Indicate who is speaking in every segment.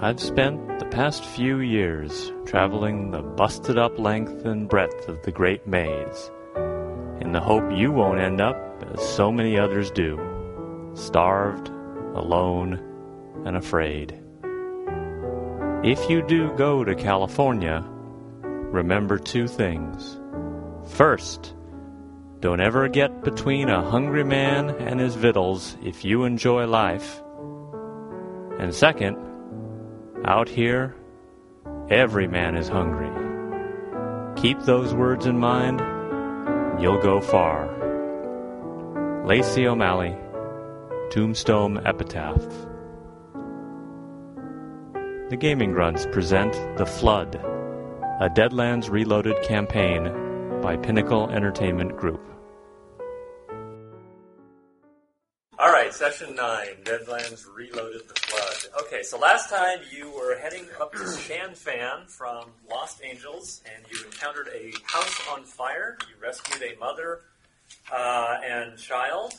Speaker 1: I've spent the past few years traveling the busted up length and breadth of the Great Maze in the hope you won't end up as so many others do starved, alone, and afraid. If you do go to California, remember two things. First, don't ever get between a hungry man and his victuals if you enjoy life. And second, out here, every man is hungry. Keep those words in mind, and you'll go far. Lacey O'Malley, Tombstone Epitaph. The Gaming Grunts present The Flood, a Deadlands Reloaded campaign by Pinnacle Entertainment Group.
Speaker 2: All right, session nine, Deadlands Reloaded the Flood. Okay, so last time you were heading up to Shan Fan from Lost Angels, and you encountered a house on fire. You rescued a mother uh, and child,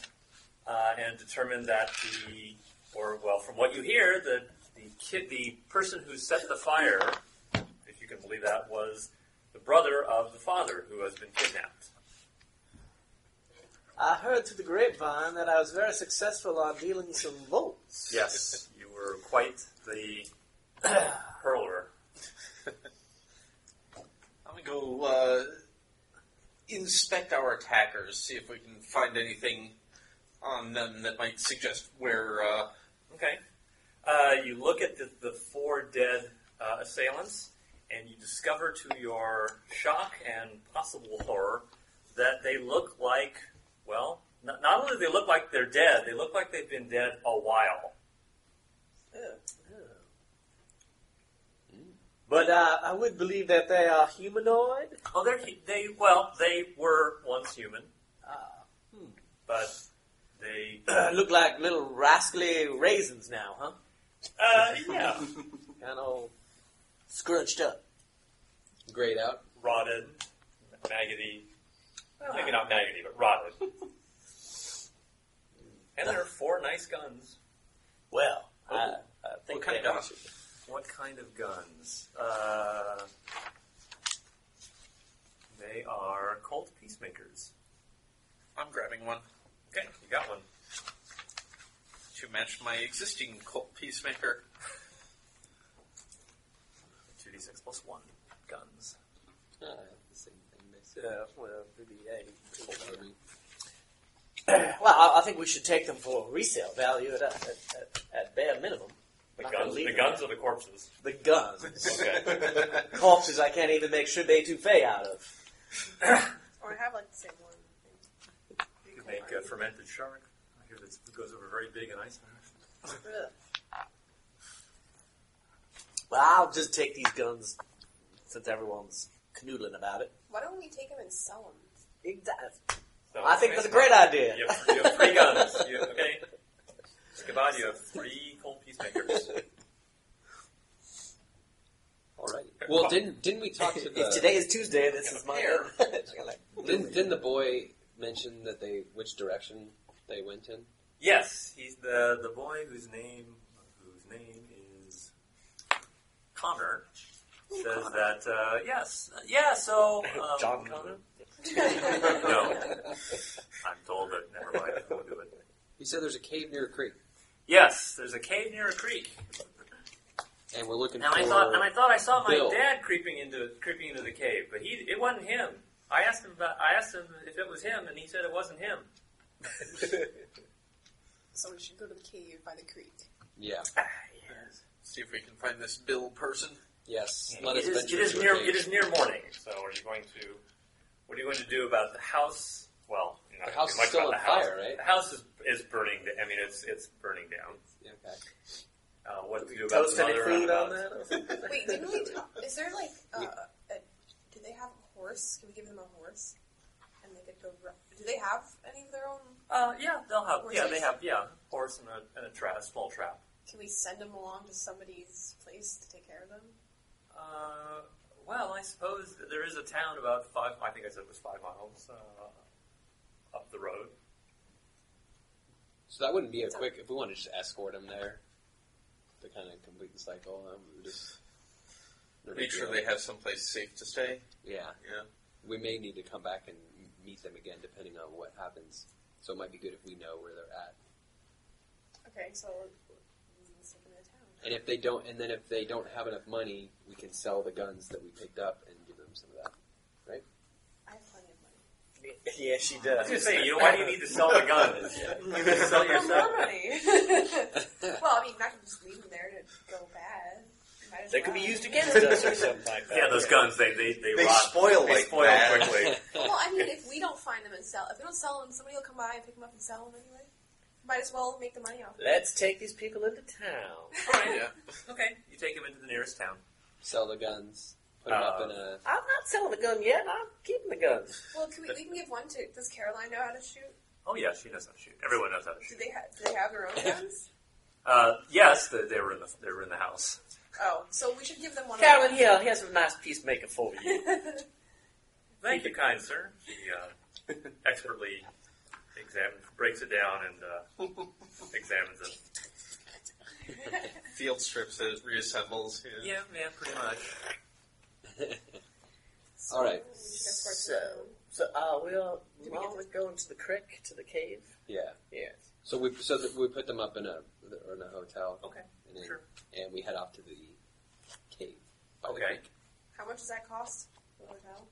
Speaker 2: uh, and determined that the, or well, from what you hear, the the kid, the person who set the fire, if you can believe that, was the brother of the father who has been kidnapped.
Speaker 3: I heard through the grapevine that I was very successful on dealing some votes.
Speaker 2: Yes, you were quite the hurler.
Speaker 4: I'm gonna go uh, inspect our attackers, see if we can find anything on them that might suggest where. Uh,
Speaker 2: Okay. Uh, you look at the, the four dead uh, assailants, and you discover to your shock and possible horror that they look like, well, not, not only do they look like they're dead, they look like they've been dead a while.
Speaker 3: But uh, I would believe that they are humanoid.
Speaker 2: Oh, they're, hu- they, well, they were once human, Hmm. but they,
Speaker 3: Look like little rascally raisins now, huh?
Speaker 2: uh, yeah,
Speaker 3: Kind of scrunched up.
Speaker 4: grayed out.
Speaker 2: rotted, maggoty. Well, maybe not maggoty, but rotted. and there are four nice guns.
Speaker 3: Well, I,
Speaker 2: Oh.
Speaker 3: I think
Speaker 4: What kind of
Speaker 3: they are.
Speaker 4: guns?
Speaker 2: What kind of guns? Uh, they are Colt Peacemakers.
Speaker 4: I'm grabbing one
Speaker 2: Okay, you got one.
Speaker 4: to match my existing Colt Peacemaker.
Speaker 2: 2d6 plus 1 guns.
Speaker 3: Uh, Yeah, well, maybe eight. well, I, I think we should take them for resale value at, at, at, at bare minimum.
Speaker 2: The
Speaker 3: Not
Speaker 2: guns,
Speaker 3: gonna leave
Speaker 2: the
Speaker 3: them.
Speaker 2: guns or the corpses?
Speaker 3: The guns.
Speaker 2: Okay.
Speaker 3: Corpses I can't even make Shibei Toufei out of.
Speaker 5: Or have like the same one.
Speaker 2: you can make a fermented shark. I hear that it goes over very big in Iceland.
Speaker 5: Ugh.
Speaker 3: Well, I'll just take these guns since everyone's canoodling about it.
Speaker 5: Why don't we take them and sell them?
Speaker 2: So
Speaker 3: I think that's a great idea.
Speaker 2: You have, you have three guns. You, okay. Goodbye, you have three Colt Peacemakers.
Speaker 6: Well, didn't didn't we talk to
Speaker 3: If
Speaker 6: the
Speaker 3: today is Tuesday, this is my.
Speaker 4: Hair.
Speaker 6: didn't, didn't the boy mention that they which direction they went in?
Speaker 2: Yes, he's the the boy whose name whose name is Connor. Says that uh, yes, yeah. So um,
Speaker 3: John Connor?
Speaker 2: No, I'm told that. Never mind. I won't do it.
Speaker 6: He said there's a cave near a creek,
Speaker 2: Yes, there's a cave near a creek,
Speaker 6: and we're looking
Speaker 2: and
Speaker 6: for.
Speaker 2: I thought and I thought I saw my
Speaker 6: Bill.
Speaker 2: dad creeping into creeping into the cave, but he it wasn't him. I asked him about I asked him if it was him, and he said it wasn't him.
Speaker 5: So we should go to the cave by the creek.
Speaker 6: yeah.
Speaker 4: See if we can find this Bill person.
Speaker 6: Yes. Let
Speaker 2: It
Speaker 6: us
Speaker 2: is,
Speaker 6: venture
Speaker 2: it is
Speaker 6: into a
Speaker 2: near.
Speaker 6: cave.
Speaker 2: It is near morning. So are you going to? What are you going to do about the house? Well, you're not
Speaker 6: The
Speaker 2: gonna
Speaker 6: house
Speaker 2: do
Speaker 6: is
Speaker 2: much
Speaker 6: still
Speaker 2: about
Speaker 6: on
Speaker 2: the house.
Speaker 6: fire, right?
Speaker 2: The house is, is burning. da- I mean, it's it's burning down.
Speaker 6: Yeah, okay.
Speaker 2: Uh, what to do about
Speaker 3: Toast
Speaker 2: the
Speaker 3: any
Speaker 2: mother
Speaker 3: food
Speaker 2: and
Speaker 3: on
Speaker 2: about-
Speaker 3: that? or-
Speaker 5: Wait, didn't we talk? Is there like uh, a, do they have a horse? Can we give them a horse? And they could go. Ru- do they have any of their own?
Speaker 2: Uh, yeah, they'll have. Yeah,
Speaker 5: Horses.
Speaker 2: they have. Yeah, horse and a, and a trap, small trap.
Speaker 5: Can we send them along to somebody's place to take care of them?
Speaker 2: Uh, well, I suppose that there is a town about five. I think I said it was five miles uh, up the road.
Speaker 6: So that wouldn't be a quick if we wanted to just escort him there. to kind of complete the cycle. Um, we just no big
Speaker 4: Make sure
Speaker 6: deal.
Speaker 4: they have someplace safe to stay.
Speaker 6: Yeah,
Speaker 4: Yeah.
Speaker 6: we may need to come back and m- meet them again, depending on what happens. So it might be good if we know where they're at,
Speaker 5: Okay, so let's take him to town.
Speaker 6: and if they don't, and then if they don't have enough money, we can sell the guns that we picked up and give them some of that.
Speaker 5: I have plenty of money.
Speaker 7: Yeah, she
Speaker 2: I was
Speaker 7: does.
Speaker 2: going to say, you know, why do you need to sell the gun? sell yourself.
Speaker 5: More money. well, I mean, not just leave them there to go bad. Might as
Speaker 3: They could be
Speaker 5: well.
Speaker 3: used against us or something like that.
Speaker 2: Yeah, those guns, they, they, they,
Speaker 4: They
Speaker 2: rot.
Speaker 4: spoil
Speaker 2: they
Speaker 4: like
Speaker 2: spoil
Speaker 4: that.
Speaker 2: quickly.
Speaker 5: Well, I mean, if we don't find them and sell, if we don't sell them, somebody will come by and pick them up and sell them anyway. Might as well make the money off.
Speaker 3: Let's take these people into town.
Speaker 2: All right.
Speaker 4: Yeah.
Speaker 2: Okay, you take him into the nearest town.
Speaker 6: Sell the guns, put them
Speaker 2: Oh.
Speaker 6: up in a.
Speaker 3: I'm not selling the gun yet. I'm keeping the gun.
Speaker 5: Well, can we, we can give one to. Does Caroline know how to shoot?
Speaker 2: Oh, yeah, she knows how to shoot. Everyone knows how to
Speaker 5: Do
Speaker 2: shoot.
Speaker 5: they ha- do they have their own guns?
Speaker 2: Uh, yes, they, they, were in the, they were in the house.
Speaker 5: Oh, so we should give them one.
Speaker 3: Carolyn Hill, here's a nice peacemaker for you.
Speaker 2: Thank you, kind sir. He uh, expertly examines, breaks it down and uh, examines it.
Speaker 4: Field strips it reassembles. Yeah.
Speaker 2: yeah, pretty much.
Speaker 6: All right.
Speaker 5: We should escort
Speaker 3: So-
Speaker 5: them.
Speaker 3: so, uh, we'll
Speaker 5: Did we get
Speaker 3: along with going to the creek, to the cave.
Speaker 6: Yeah.
Speaker 3: Yes.
Speaker 6: So we so that we put them up in a or in a hotel.
Speaker 2: Okay,
Speaker 6: And, then,
Speaker 2: sure.
Speaker 6: and we head off to the cave. by the
Speaker 2: Okay.
Speaker 6: creek.
Speaker 5: How much does that cost? The hotel?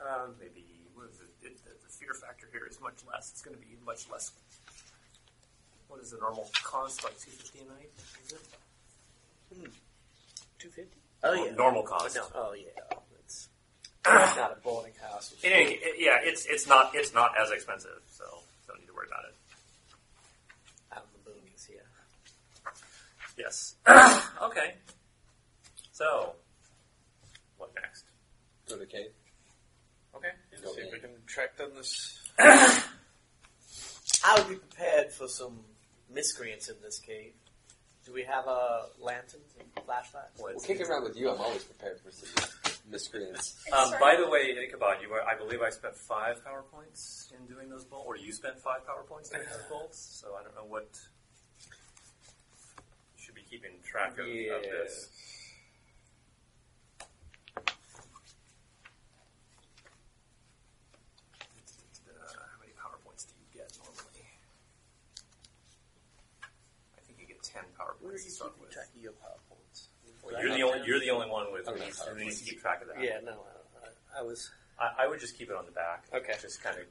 Speaker 2: Um, maybe what is it? It, the, the fear factor here is much less. It's going to be much less. What is the normal cost? Like two fifty a night? Is it?
Speaker 3: Two fifty. Oh yeah.
Speaker 2: Normal
Speaker 3: Oh,
Speaker 2: cost.
Speaker 3: no. Oh yeah. It's not a boarding house.
Speaker 2: In any, it, yeah, it's it's not it's not as expensive, so don't need to worry about it.
Speaker 3: out in the boonies. Yeah.
Speaker 2: Yes. okay. So, what next?
Speaker 6: Go to the cave.
Speaker 2: Okay.
Speaker 4: And see if we can track down this.
Speaker 7: I would be prepared for some miscreants in this cave. Do we have uh, lanterns and flashlights?
Speaker 6: Well, kicking around with you, I'm always prepared for some miscreants.
Speaker 2: Um, by the way, Ichabod, you were, I believe I spent five power points in doing those bolts, or you spent five power points doing those bolts. So I don't know what you should be keeping track of, of this. Uh, how many power points do you get normally? I think you get ten power
Speaker 3: Where are you
Speaker 2: points to start
Speaker 3: keeping
Speaker 2: with.
Speaker 3: track of your PowerPoints?
Speaker 2: Well, you're the only you're the only one with
Speaker 6: Oh,
Speaker 2: who
Speaker 6: yeah,
Speaker 2: needs,
Speaker 6: power
Speaker 2: who needs to
Speaker 6: points.
Speaker 2: keep track of that.
Speaker 3: Yeah. No. I, I was.
Speaker 2: I, I would just keep it on the back.
Speaker 3: Okay.
Speaker 2: Just kind of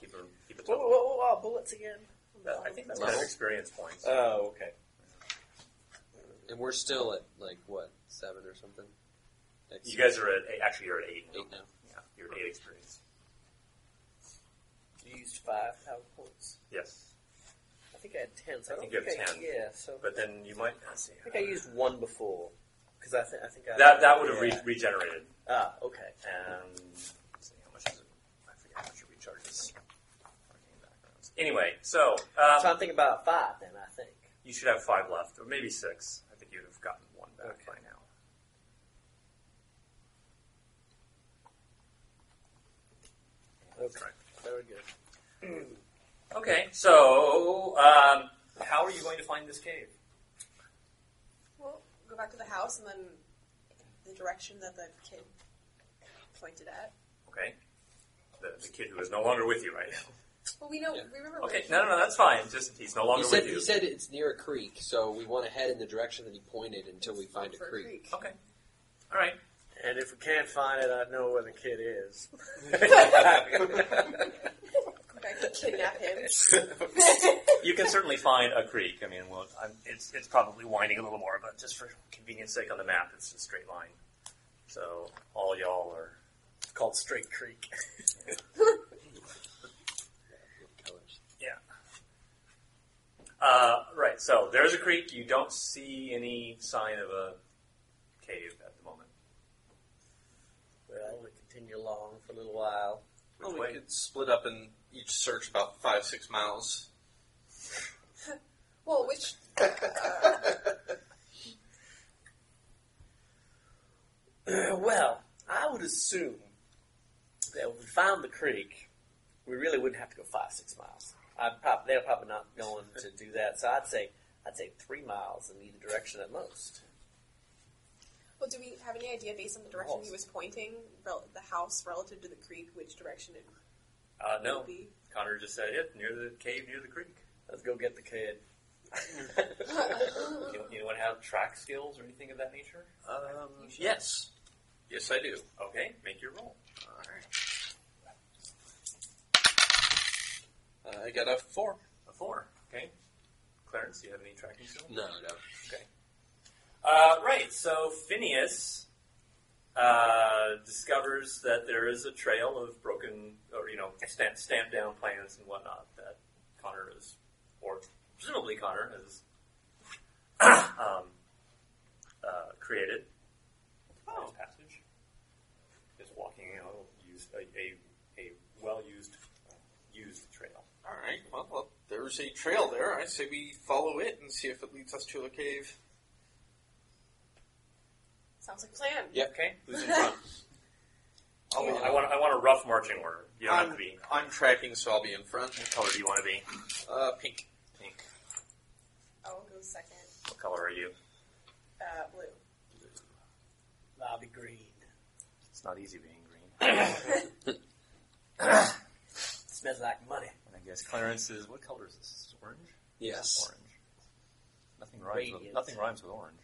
Speaker 2: keep it keep it.
Speaker 3: What,
Speaker 2: total.
Speaker 3: what, what are our bullets again?
Speaker 2: That- I think that's
Speaker 6: Level.
Speaker 2: kind of experience points.
Speaker 3: Oh, okay.
Speaker 6: And we're still at like what seven or something. Next
Speaker 2: you guys are at eight- actually you're at eight. now.
Speaker 6: eight now.
Speaker 2: Yeah, you're at eight experience.
Speaker 3: You used five PowerPoints.
Speaker 2: Yes,
Speaker 3: I think I had ten. So
Speaker 2: I
Speaker 3: I,
Speaker 2: think
Speaker 3: don't
Speaker 2: you
Speaker 3: think
Speaker 2: have
Speaker 3: I,
Speaker 2: 10.
Speaker 3: Yeah. So
Speaker 2: but then you might not see.
Speaker 3: I think I used one before because I think I think I
Speaker 2: That that would have
Speaker 3: Yeah.
Speaker 2: re- regenerated.
Speaker 3: ah okay.
Speaker 2: And let's see how much is it? I forget how much it recharges. Arcane backgrounds. Anyway, so
Speaker 3: So
Speaker 2: um,
Speaker 3: I'm thinking about five then. I think.
Speaker 2: you should have five left, or maybe six. I think you'd have gotten one back by now.
Speaker 3: Okay.
Speaker 2: Right.
Speaker 3: Very good.
Speaker 2: Okay, so um, how are you going to find this cave?
Speaker 5: Well, go back to the house and then the direction that the kid pointed at.
Speaker 2: Okay, the, the kid who is no longer with you right now.
Speaker 5: Well, we know.
Speaker 6: Yeah.
Speaker 5: We remember.
Speaker 2: Okay,
Speaker 5: where-
Speaker 2: no, no, no, that's fine. Just he's no
Speaker 6: He
Speaker 2: longer
Speaker 6: said
Speaker 2: with you.
Speaker 6: he said it's near a creek, so we want to head in the direction that he pointed until we find a
Speaker 5: for
Speaker 6: creek.
Speaker 2: okay, all right.
Speaker 3: And if we can't find it, I know where the kid is.
Speaker 5: Go back to kidnap him.
Speaker 2: You can certainly find a creek. I mean, well, I'm, it's it's probably winding a little more, but just for convenience sake on the map, it's a straight line. So all y'all are
Speaker 3: It's called Straight Creek.
Speaker 6: Colors.
Speaker 2: Uh, right, so there's a creek. You don't see any sign of a cave at the moment.
Speaker 3: Well, we continue along for a little while.
Speaker 4: Well, we
Speaker 2: Wait.
Speaker 4: could split up and each search about five, six miles.
Speaker 5: Well, which
Speaker 3: well, I would assume that if we found the creek, we really wouldn't have to go five, six miles. I'd prob- they're probably not going to do that, so I'd say
Speaker 8: I'd say three miles in either direction at most.
Speaker 5: Well, do we have any idea based on the direction he was pointing, rel- the house relative to the creek, which direction it
Speaker 2: Uh, no,
Speaker 5: would be?
Speaker 2: Connor just said it near the cave near the creek.
Speaker 8: Let's go get the kid.
Speaker 2: You, you want to have track skills or anything of that nature?
Speaker 4: Um, yes. Yes, I do.
Speaker 2: Okay, make your roll.
Speaker 4: Uh, I got a four.
Speaker 2: A four. Okay. Clarence, do you have any tracking skills?
Speaker 6: No, no.
Speaker 2: Uh, right, so Phineas uh, discovers that there is a trail of broken, or you know, stamped, stamped down plans and whatnot that Connor is, or presumably Connor has um, uh, created. Oh. His passage. Is walking you know, use a, a, a well used used trail.
Speaker 4: All right. Well, well, there's a trail there. I say we follow it and see if it leads us to the cave.
Speaker 5: Sounds like a plan.
Speaker 4: Yeah.
Speaker 2: Okay, who's in front?
Speaker 4: I'll be-
Speaker 2: I want I want a rough marching order. You don't have to
Speaker 4: I'm-
Speaker 2: be.
Speaker 4: I'm tracking, so I'll be in front.
Speaker 2: What color do you want to be?
Speaker 4: Uh, pink.
Speaker 2: Pink.
Speaker 5: I'll go second.
Speaker 2: What color are you?
Speaker 5: Uh, blue.
Speaker 8: I'll be green.
Speaker 2: It's not easy being green.
Speaker 8: smells like money.
Speaker 2: And I guess Clarence is what color is this? Is this orange?
Speaker 6: Yes.
Speaker 2: Orange. Nothing rhymes with
Speaker 8: Radiant.
Speaker 2: nothing rhymes with orange.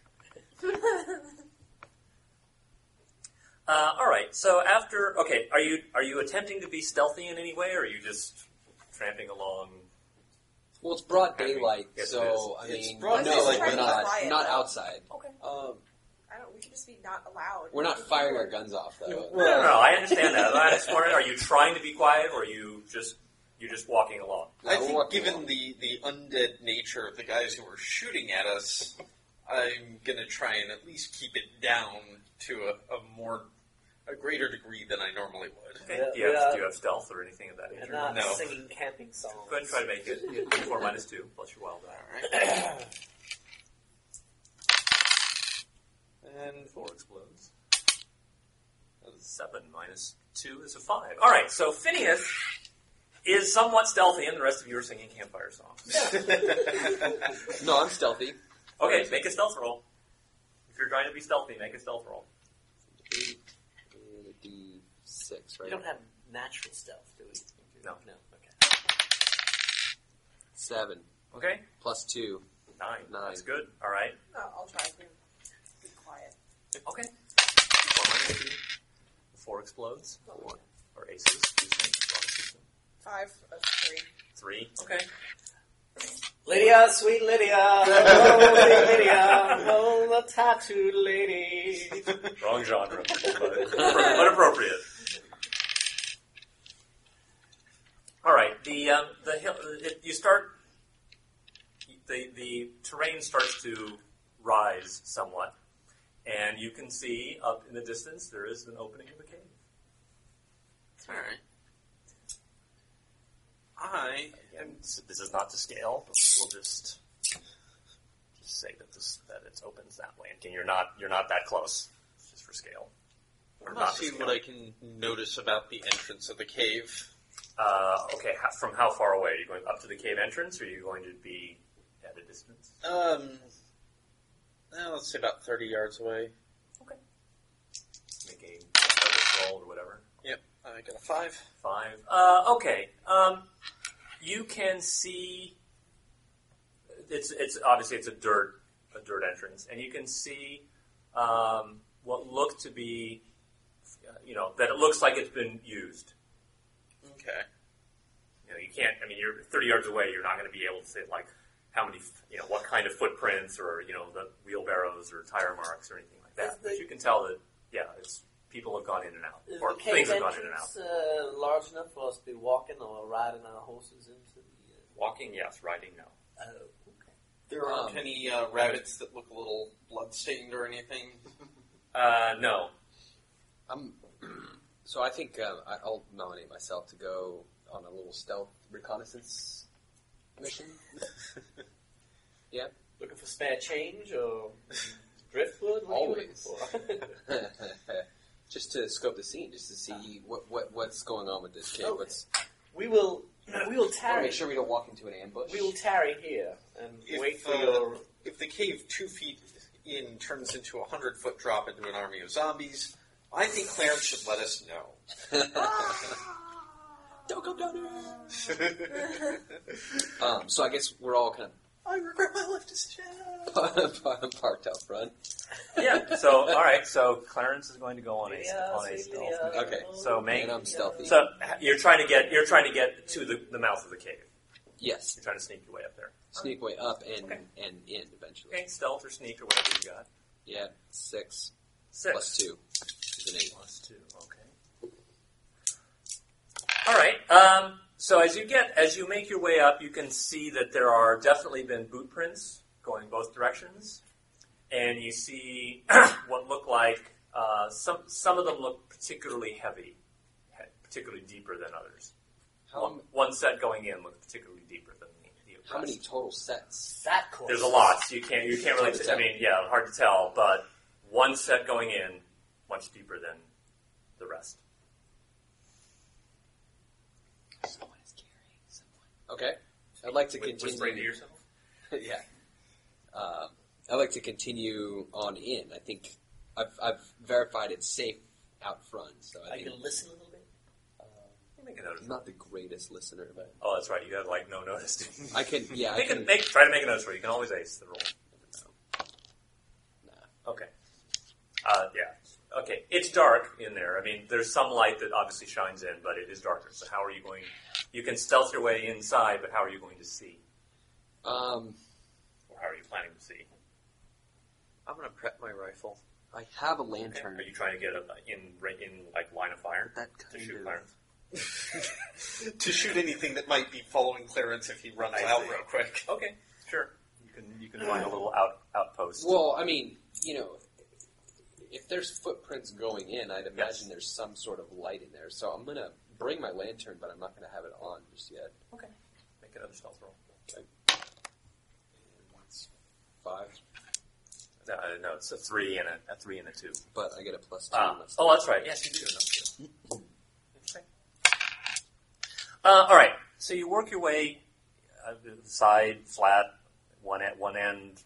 Speaker 2: Uh, all right. So after okay, are you are you attempting to be stealthy in any way, or are you just tramping along?
Speaker 6: Well, it's broad
Speaker 2: I mean,
Speaker 6: daylight,
Speaker 2: yes, it
Speaker 6: so I
Speaker 4: is.
Speaker 6: mean,
Speaker 4: It's broad
Speaker 6: no,
Speaker 5: daylight,
Speaker 6: we're
Speaker 5: but
Speaker 6: not
Speaker 5: quiet,
Speaker 6: not
Speaker 5: though.
Speaker 6: outside.
Speaker 2: Okay.
Speaker 6: Um,
Speaker 5: I don't. We should just be not allowed.
Speaker 6: we're not firing our guns off
Speaker 2: No,
Speaker 6: though.
Speaker 2: no, no. I understand that. I just wondered, are you trying to be quiet, or are you just you're just walking along?
Speaker 6: No,
Speaker 4: I
Speaker 6: we're
Speaker 4: think,
Speaker 6: walking
Speaker 4: given
Speaker 6: along.
Speaker 4: the the undead nature of the guys who were shooting at us, I'm gonna try and at least keep it down to a, a more a greater degree than I normally would.
Speaker 2: Okay.
Speaker 8: Yeah,
Speaker 2: do, you have,
Speaker 8: yeah.
Speaker 2: do you have stealth or anything of that
Speaker 8: And
Speaker 2: nature?
Speaker 8: not
Speaker 4: No.
Speaker 8: singing camping songs.
Speaker 2: Go ahead and try to make it four minus two plus your wild die.
Speaker 4: All right.
Speaker 2: And four explodes. Seven minus two is a five. All right, so Phineas is somewhat stealthy, and the rest of you are singing campfire songs.
Speaker 6: No, I'm stealthy.
Speaker 2: Okay, make a stealth roll. If you're trying to be stealthy, make a stealth roll.
Speaker 6: Eight and a D six,
Speaker 8: We
Speaker 6: right?
Speaker 8: don't have natural stealth, do we?
Speaker 2: No.
Speaker 8: No. Okay.
Speaker 6: Seven
Speaker 2: Okay,
Speaker 6: plus two.
Speaker 2: nine.
Speaker 6: Nine.
Speaker 2: That's good. All right.
Speaker 5: Uh, I'll try to be quiet.
Speaker 2: Okay. Four minus two. Four explodes. Four. Or aces. two things.
Speaker 5: Five of three.
Speaker 2: Three. Okay.
Speaker 8: Lydia, sweet Lydia, holy Lydia, oh, the tattooed lady.
Speaker 2: Wrong genre, but, but appropriate. All right, the um, the hill, it, you start the the terrain starts to rise somewhat, and you can see up in the distance there is an opening of a cave.
Speaker 4: All right. I
Speaker 2: Again, s- this is not to scale, but we'll just just say that this that it opens that way, and you're not you're not that close, just for scale. Or
Speaker 4: I'm gonna
Speaker 2: not for
Speaker 4: see
Speaker 2: scale.
Speaker 4: what I can notice about the entrance of the cave.
Speaker 2: Uh, okay, how, from how far away? Are you going up to the cave entrance, or are you going to be at a distance?
Speaker 4: Um, well, let's say about thirty yards away.
Speaker 2: Make a roll or whatever.
Speaker 4: Yep, I got a five.
Speaker 2: Five. Uh, okay. Um, you can see. It's it's obviously it's a dirt a dirt entrance, and you can see um, what look to be, uh, you know, that it looks like it's been used.
Speaker 4: Okay.
Speaker 2: You know, you can't. I mean, you're 30 yards away. You're not going to be able to say like how many, you know, what kind of footprints or you know the wheelbarrows or tire marks or anything like that.
Speaker 8: Is the-
Speaker 2: But you can tell that yeah, it's people have gone in and out
Speaker 8: Is
Speaker 2: or
Speaker 8: the cave
Speaker 2: things have gone in and out.
Speaker 8: entrance uh, large enough for us to be walking or riding our horses into the?
Speaker 2: Walking, yes. Riding, no.
Speaker 8: Uh, oh, okay.
Speaker 4: There aren't
Speaker 6: Um,
Speaker 4: any uh, rabbits that look a little bloodstained or anything.
Speaker 2: Uh, no.
Speaker 6: I'm. So I think uh, I- I'll nominate myself to go on a little stealth reconnaissance mission.
Speaker 8: Looking for spare change or driftwood? What
Speaker 6: Always.
Speaker 8: Are you looking for?
Speaker 6: just to scope the scene, just to see what, what what's going on with this kid.
Speaker 8: Okay.
Speaker 6: What's
Speaker 8: we will. we will
Speaker 6: I want to
Speaker 8: tarry.
Speaker 6: make sure we don't walk into an ambush.
Speaker 8: We will tarry here and
Speaker 4: If,
Speaker 8: wait for
Speaker 4: uh,
Speaker 8: your.
Speaker 4: If the cave two feet in turns into a hundred foot drop into an army of zombies, I think Clarence should let us know.
Speaker 6: don't come down here.
Speaker 4: I
Speaker 6: Um, so I guess we're all kind
Speaker 4: regret my life decision.
Speaker 6: of parked out front.
Speaker 2: yeah. So all right. So Clarence is going to go on a
Speaker 8: Yeah,
Speaker 2: on a
Speaker 8: see,
Speaker 2: stealth.
Speaker 4: Uh,
Speaker 8: yeah.
Speaker 2: mission.
Speaker 6: Okay.
Speaker 2: So make
Speaker 6: And I'm stealthy.
Speaker 2: so you're trying to get you're trying to get to the, the mouth of the cave.
Speaker 6: yes.
Speaker 2: You're trying to sneak your way up there.
Speaker 6: Sneak way up and
Speaker 2: Okay.
Speaker 6: and in eventually.
Speaker 2: Okay, stealth or sneak or whatever you got.
Speaker 6: Yeah, six,
Speaker 2: Six
Speaker 6: plus two is an eight.
Speaker 2: Plus two. Okay. All right. Um, so as you get as you make your way up, you can see that there are definitely been boot prints going both directions, and you see what look like uh, some some of them look particularly heavy, he- particularly deeper than others.
Speaker 6: How,
Speaker 2: one, one set going in looked particularly deeper than the, the
Speaker 6: how many
Speaker 2: rest.
Speaker 6: total sets?
Speaker 8: That course.
Speaker 2: There's a lot. So you can't you can't really.
Speaker 6: Hard to
Speaker 2: t- I
Speaker 6: tell.
Speaker 2: mean, yeah, hard to tell. But one set going in much deeper than the rest.
Speaker 6: Someone is carrying someone. Okay. I'd like to
Speaker 2: Whi- Whispering to
Speaker 6: continue.
Speaker 2: yourself.
Speaker 6: yeah. Um, I'd like to continue on in. I think I've, I've verified it's safe out front, so I
Speaker 8: Are you
Speaker 6: think
Speaker 8: going to listen a little bit?
Speaker 2: You make a notice.
Speaker 6: I'm not the greatest listener, but
Speaker 2: Oh, that's right. You have like no notice.
Speaker 6: I can. Yeah, I
Speaker 2: make a,
Speaker 6: can.
Speaker 2: make, try to make a notice for it. You can always ace the roll. Okay. Uh, yeah. Okay. It's dark in there. I mean, there's some light that obviously shines in, but it is darker. So how are you going? You can stealth your way inside, but how are you going to see?
Speaker 6: Um,
Speaker 2: Or how are you planning to see?
Speaker 4: I'm gonna prep my rifle.
Speaker 6: I have a
Speaker 2: Okay.
Speaker 6: lantern.
Speaker 2: Are you trying to get a, in ra- in like line of fire
Speaker 6: That
Speaker 2: to
Speaker 6: kind
Speaker 2: shoot
Speaker 6: of.
Speaker 2: Clarence?
Speaker 4: to shoot anything that might be following Clarence if he runs
Speaker 2: I
Speaker 4: out
Speaker 2: see.
Speaker 4: real quick.
Speaker 2: Okay. Sure. You can you can find a little out outpost.
Speaker 6: Hmm. Well, I mean, you know, if there's footprints going in, I'd imagine
Speaker 2: Yes.
Speaker 6: there's some sort of light in there. So I'm gonna bring my lantern, but I'm not gonna have it on just yet.
Speaker 2: okay. Make another stealth roll.
Speaker 6: It's five,
Speaker 2: No, uh, no, it's a three and a, a three and a two.
Speaker 6: but I get a plus two.
Speaker 2: Ah,
Speaker 6: unless-
Speaker 2: oh, that's right. Yes, you do. know. Okay. Uh, all right. So you work your way uh, the side, flat, one at one end,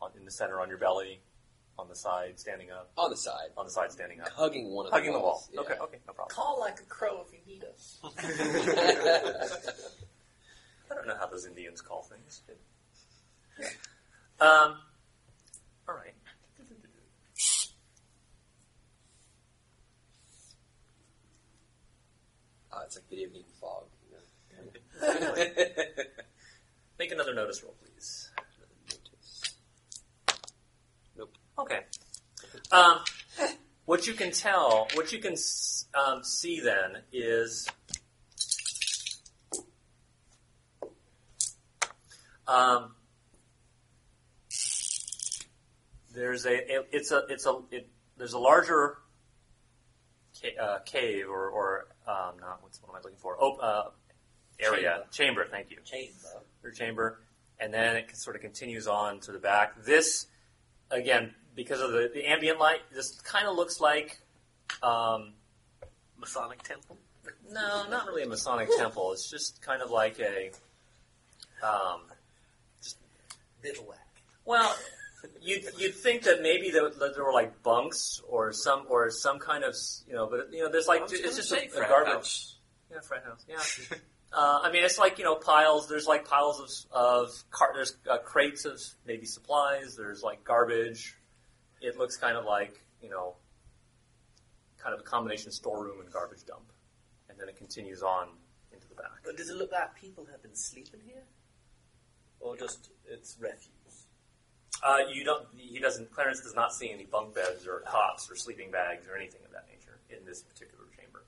Speaker 2: on, in the center on your belly, on the side, standing up,
Speaker 6: on the side,
Speaker 2: on the side, standing up,
Speaker 6: hugging one of
Speaker 2: hugging
Speaker 6: the
Speaker 2: the wall.
Speaker 6: walls.
Speaker 2: Okay, okay, no problem.
Speaker 8: Call like a crow if you need us.
Speaker 2: I
Speaker 6: Okay.
Speaker 2: don't know how those Indians call things. um, all right.
Speaker 6: uh, it's like video game fog. You know?
Speaker 2: Make another notice roll, please.
Speaker 6: Notice.
Speaker 2: Okay. Um, what you can tell, what you can s- um, see then is um, there's a it- it's a it's a it, there's a larger ca- uh, cave or or um, not what's what am I looking for? Oh, uh, area chamber. Thank you
Speaker 8: Chamber.
Speaker 2: your chamber, and then it sort of continues on to the back. This, again, because of the, the ambient light, this kind of looks like, um,
Speaker 8: Masonic temple.
Speaker 2: no, not really a Masonic temple. It's just kind of like a, um,
Speaker 8: Bivouac.
Speaker 2: well, you'd, you'd think that maybe there, that there were like bunks or some or some kind of s- you know, but you know, there's like it's just a, a garbage. Yeah, frat house. Yeah. Uh, I mean, it's like you know piles. There's like piles of of car- there's uh, crates of maybe supplies. There's like garbage. It looks kind of like you know, kind of a combination storeroom and garbage dump, and then it continues on into the back.
Speaker 8: But does it look like people have been sleeping here? Or just it's refuse?
Speaker 2: Uh, you don't. He doesn't. Clarence does not see any bunk beds or cots or sleeping bags or anything of that nature in this particular chamber.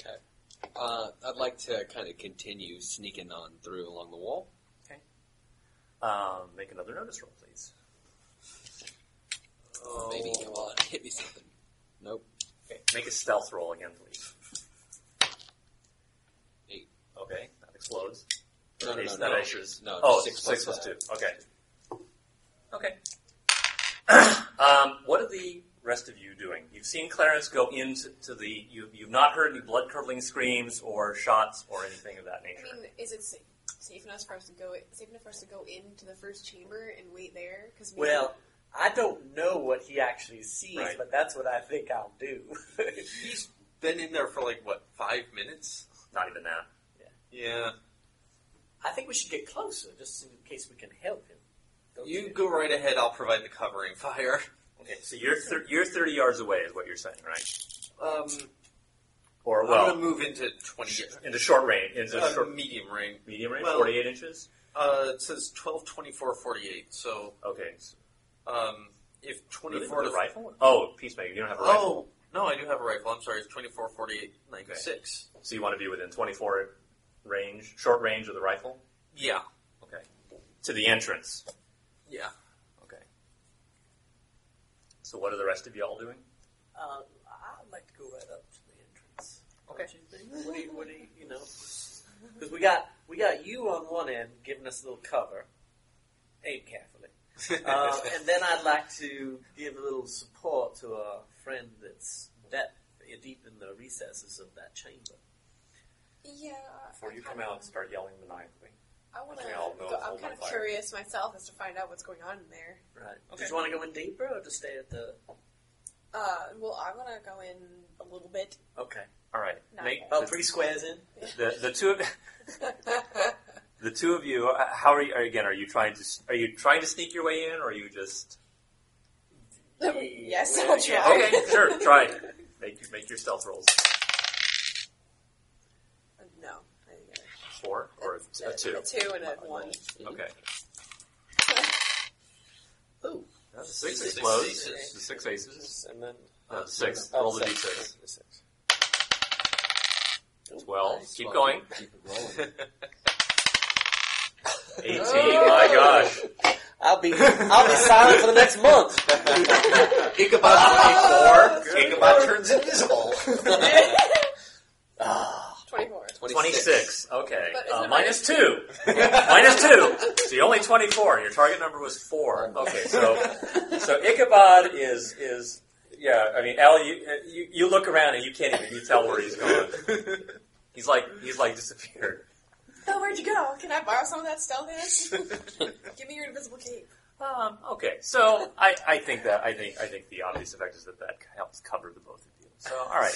Speaker 6: Okay. Uh, I'd like to kind of continue sneaking on through along the wall.
Speaker 2: Um, make another notice roll, please.
Speaker 6: Oh. Maybe come on, hit me something. Nope.
Speaker 2: Okay, make a stealth roll again, please.
Speaker 6: Eight.
Speaker 2: Okay, that explodes.
Speaker 6: No, no, no,
Speaker 2: Ace,
Speaker 6: no.
Speaker 2: not acers.
Speaker 6: No,
Speaker 2: oh,
Speaker 6: six
Speaker 2: six
Speaker 6: plus
Speaker 2: plus two.
Speaker 6: that.
Speaker 2: Okay. Okay. um, what are the rest of you doing? You've seen Clarence go into to the. You, you've not heard any blood curdling screams or shots or anything of that
Speaker 5: I
Speaker 2: nature.
Speaker 5: mean, is it sa- safe enough for us to go? Safe enough for us to go into the first chamber and wait there? Because
Speaker 3: Well, I don't know what he actually sees,
Speaker 4: Right.
Speaker 3: but that's what I think I'll do.
Speaker 4: He's been in there for like what five minutes?
Speaker 2: Not even that.
Speaker 4: Yeah.
Speaker 3: I think we should get closer, just in case we can help him. Don't
Speaker 4: You go right ahead. I'll provide the covering fire.
Speaker 2: Okay, so you're thir- you're thirty yards away, is what you're saying, right?
Speaker 4: Um,
Speaker 2: Or
Speaker 4: I'm
Speaker 2: well,
Speaker 4: gonna move into twenty,
Speaker 2: into short range, into
Speaker 4: uh,
Speaker 2: short,
Speaker 4: medium range.
Speaker 2: medium range,
Speaker 4: well-
Speaker 2: forty-eight inches.
Speaker 4: Uh, it says 12, 24, 48. So
Speaker 2: Okay, so
Speaker 4: um, if
Speaker 2: really,
Speaker 4: 24
Speaker 2: with
Speaker 4: to
Speaker 2: a rifle? Oh, peacemaker, you don't have a rifle,
Speaker 4: Oh no, I do have a rifle. I'm sorry. It's 24, 48, 96.
Speaker 2: so you want to be within twenty-four range, short range of the rifle.
Speaker 4: Yeah,
Speaker 2: Okay, to the entrance.
Speaker 4: yeah.
Speaker 2: Okay. So what are the rest of y'all doing?
Speaker 3: Uh, I'd like to go right up to the entrance.
Speaker 2: Okay.
Speaker 3: Don't you think? What do you, what do you, you know? Because we got we got you on one end giving us a little cover. Aim carefully. Uh, and then I'd like to give a little support to our friend that's depth, deep in the recesses of that chamber.
Speaker 5: yeah.
Speaker 2: Before
Speaker 5: I
Speaker 2: you come
Speaker 5: kinda-
Speaker 2: out, start yelling maniacally.
Speaker 5: I want to.
Speaker 2: we all know
Speaker 5: I'm
Speaker 2: hold on
Speaker 5: kind of
Speaker 2: fire.
Speaker 5: curious myself as to find out what's going on in there.
Speaker 3: Right.
Speaker 2: Okay.
Speaker 3: Did you want to go in deeper or just stay at the?
Speaker 5: Uh, well, I'm gonna go in a little bit.
Speaker 3: Okay.
Speaker 2: All right.
Speaker 5: Not
Speaker 2: Make
Speaker 3: About three squares in.
Speaker 2: the, the two of the two of you. uh, How are you? Again, are you trying to s- are you trying to sneak your way in, or are you just
Speaker 5: yes, I'll try.
Speaker 2: okay? sure, try. Make make your stealth rolls.
Speaker 5: No. I think
Speaker 2: Four
Speaker 5: I-
Speaker 2: or a,
Speaker 5: a-
Speaker 2: two.
Speaker 5: A two and a one.
Speaker 2: Okay.
Speaker 3: Ooh.
Speaker 2: That's six
Speaker 4: Six
Speaker 2: is close.
Speaker 4: aces.
Speaker 2: The Six aces.
Speaker 8: And then
Speaker 2: Uh, six.
Speaker 8: Oh,
Speaker 2: Roll the
Speaker 8: six.
Speaker 2: d6.
Speaker 8: The six.
Speaker 2: Twelve. Keep
Speaker 6: Well,
Speaker 2: going.
Speaker 6: Keep it rolling.
Speaker 2: Eighteen. My gosh.
Speaker 3: I'll be I'll be silent for the next month.
Speaker 4: Ichabod's a four. Ichabod turns invisible.
Speaker 5: Twenty-four.
Speaker 2: 26. Okay.
Speaker 5: But isn't
Speaker 2: Uh,
Speaker 5: it
Speaker 2: minus 2. minus 2. So you're only 24. Your target number was 4.
Speaker 6: Oh,
Speaker 2: Okay, so so Ichabod is is yeah, I mean Al you, uh, you you look around and you can't even you tell where he's gone. He's like he's like disappeared.
Speaker 5: Oh, where'd you go? Can I borrow some of that stealthiness? Give me your invisible cape.
Speaker 2: Um, okay. So I, I think that I think I think the obvious effect is that that helps cover the both of you. So all right.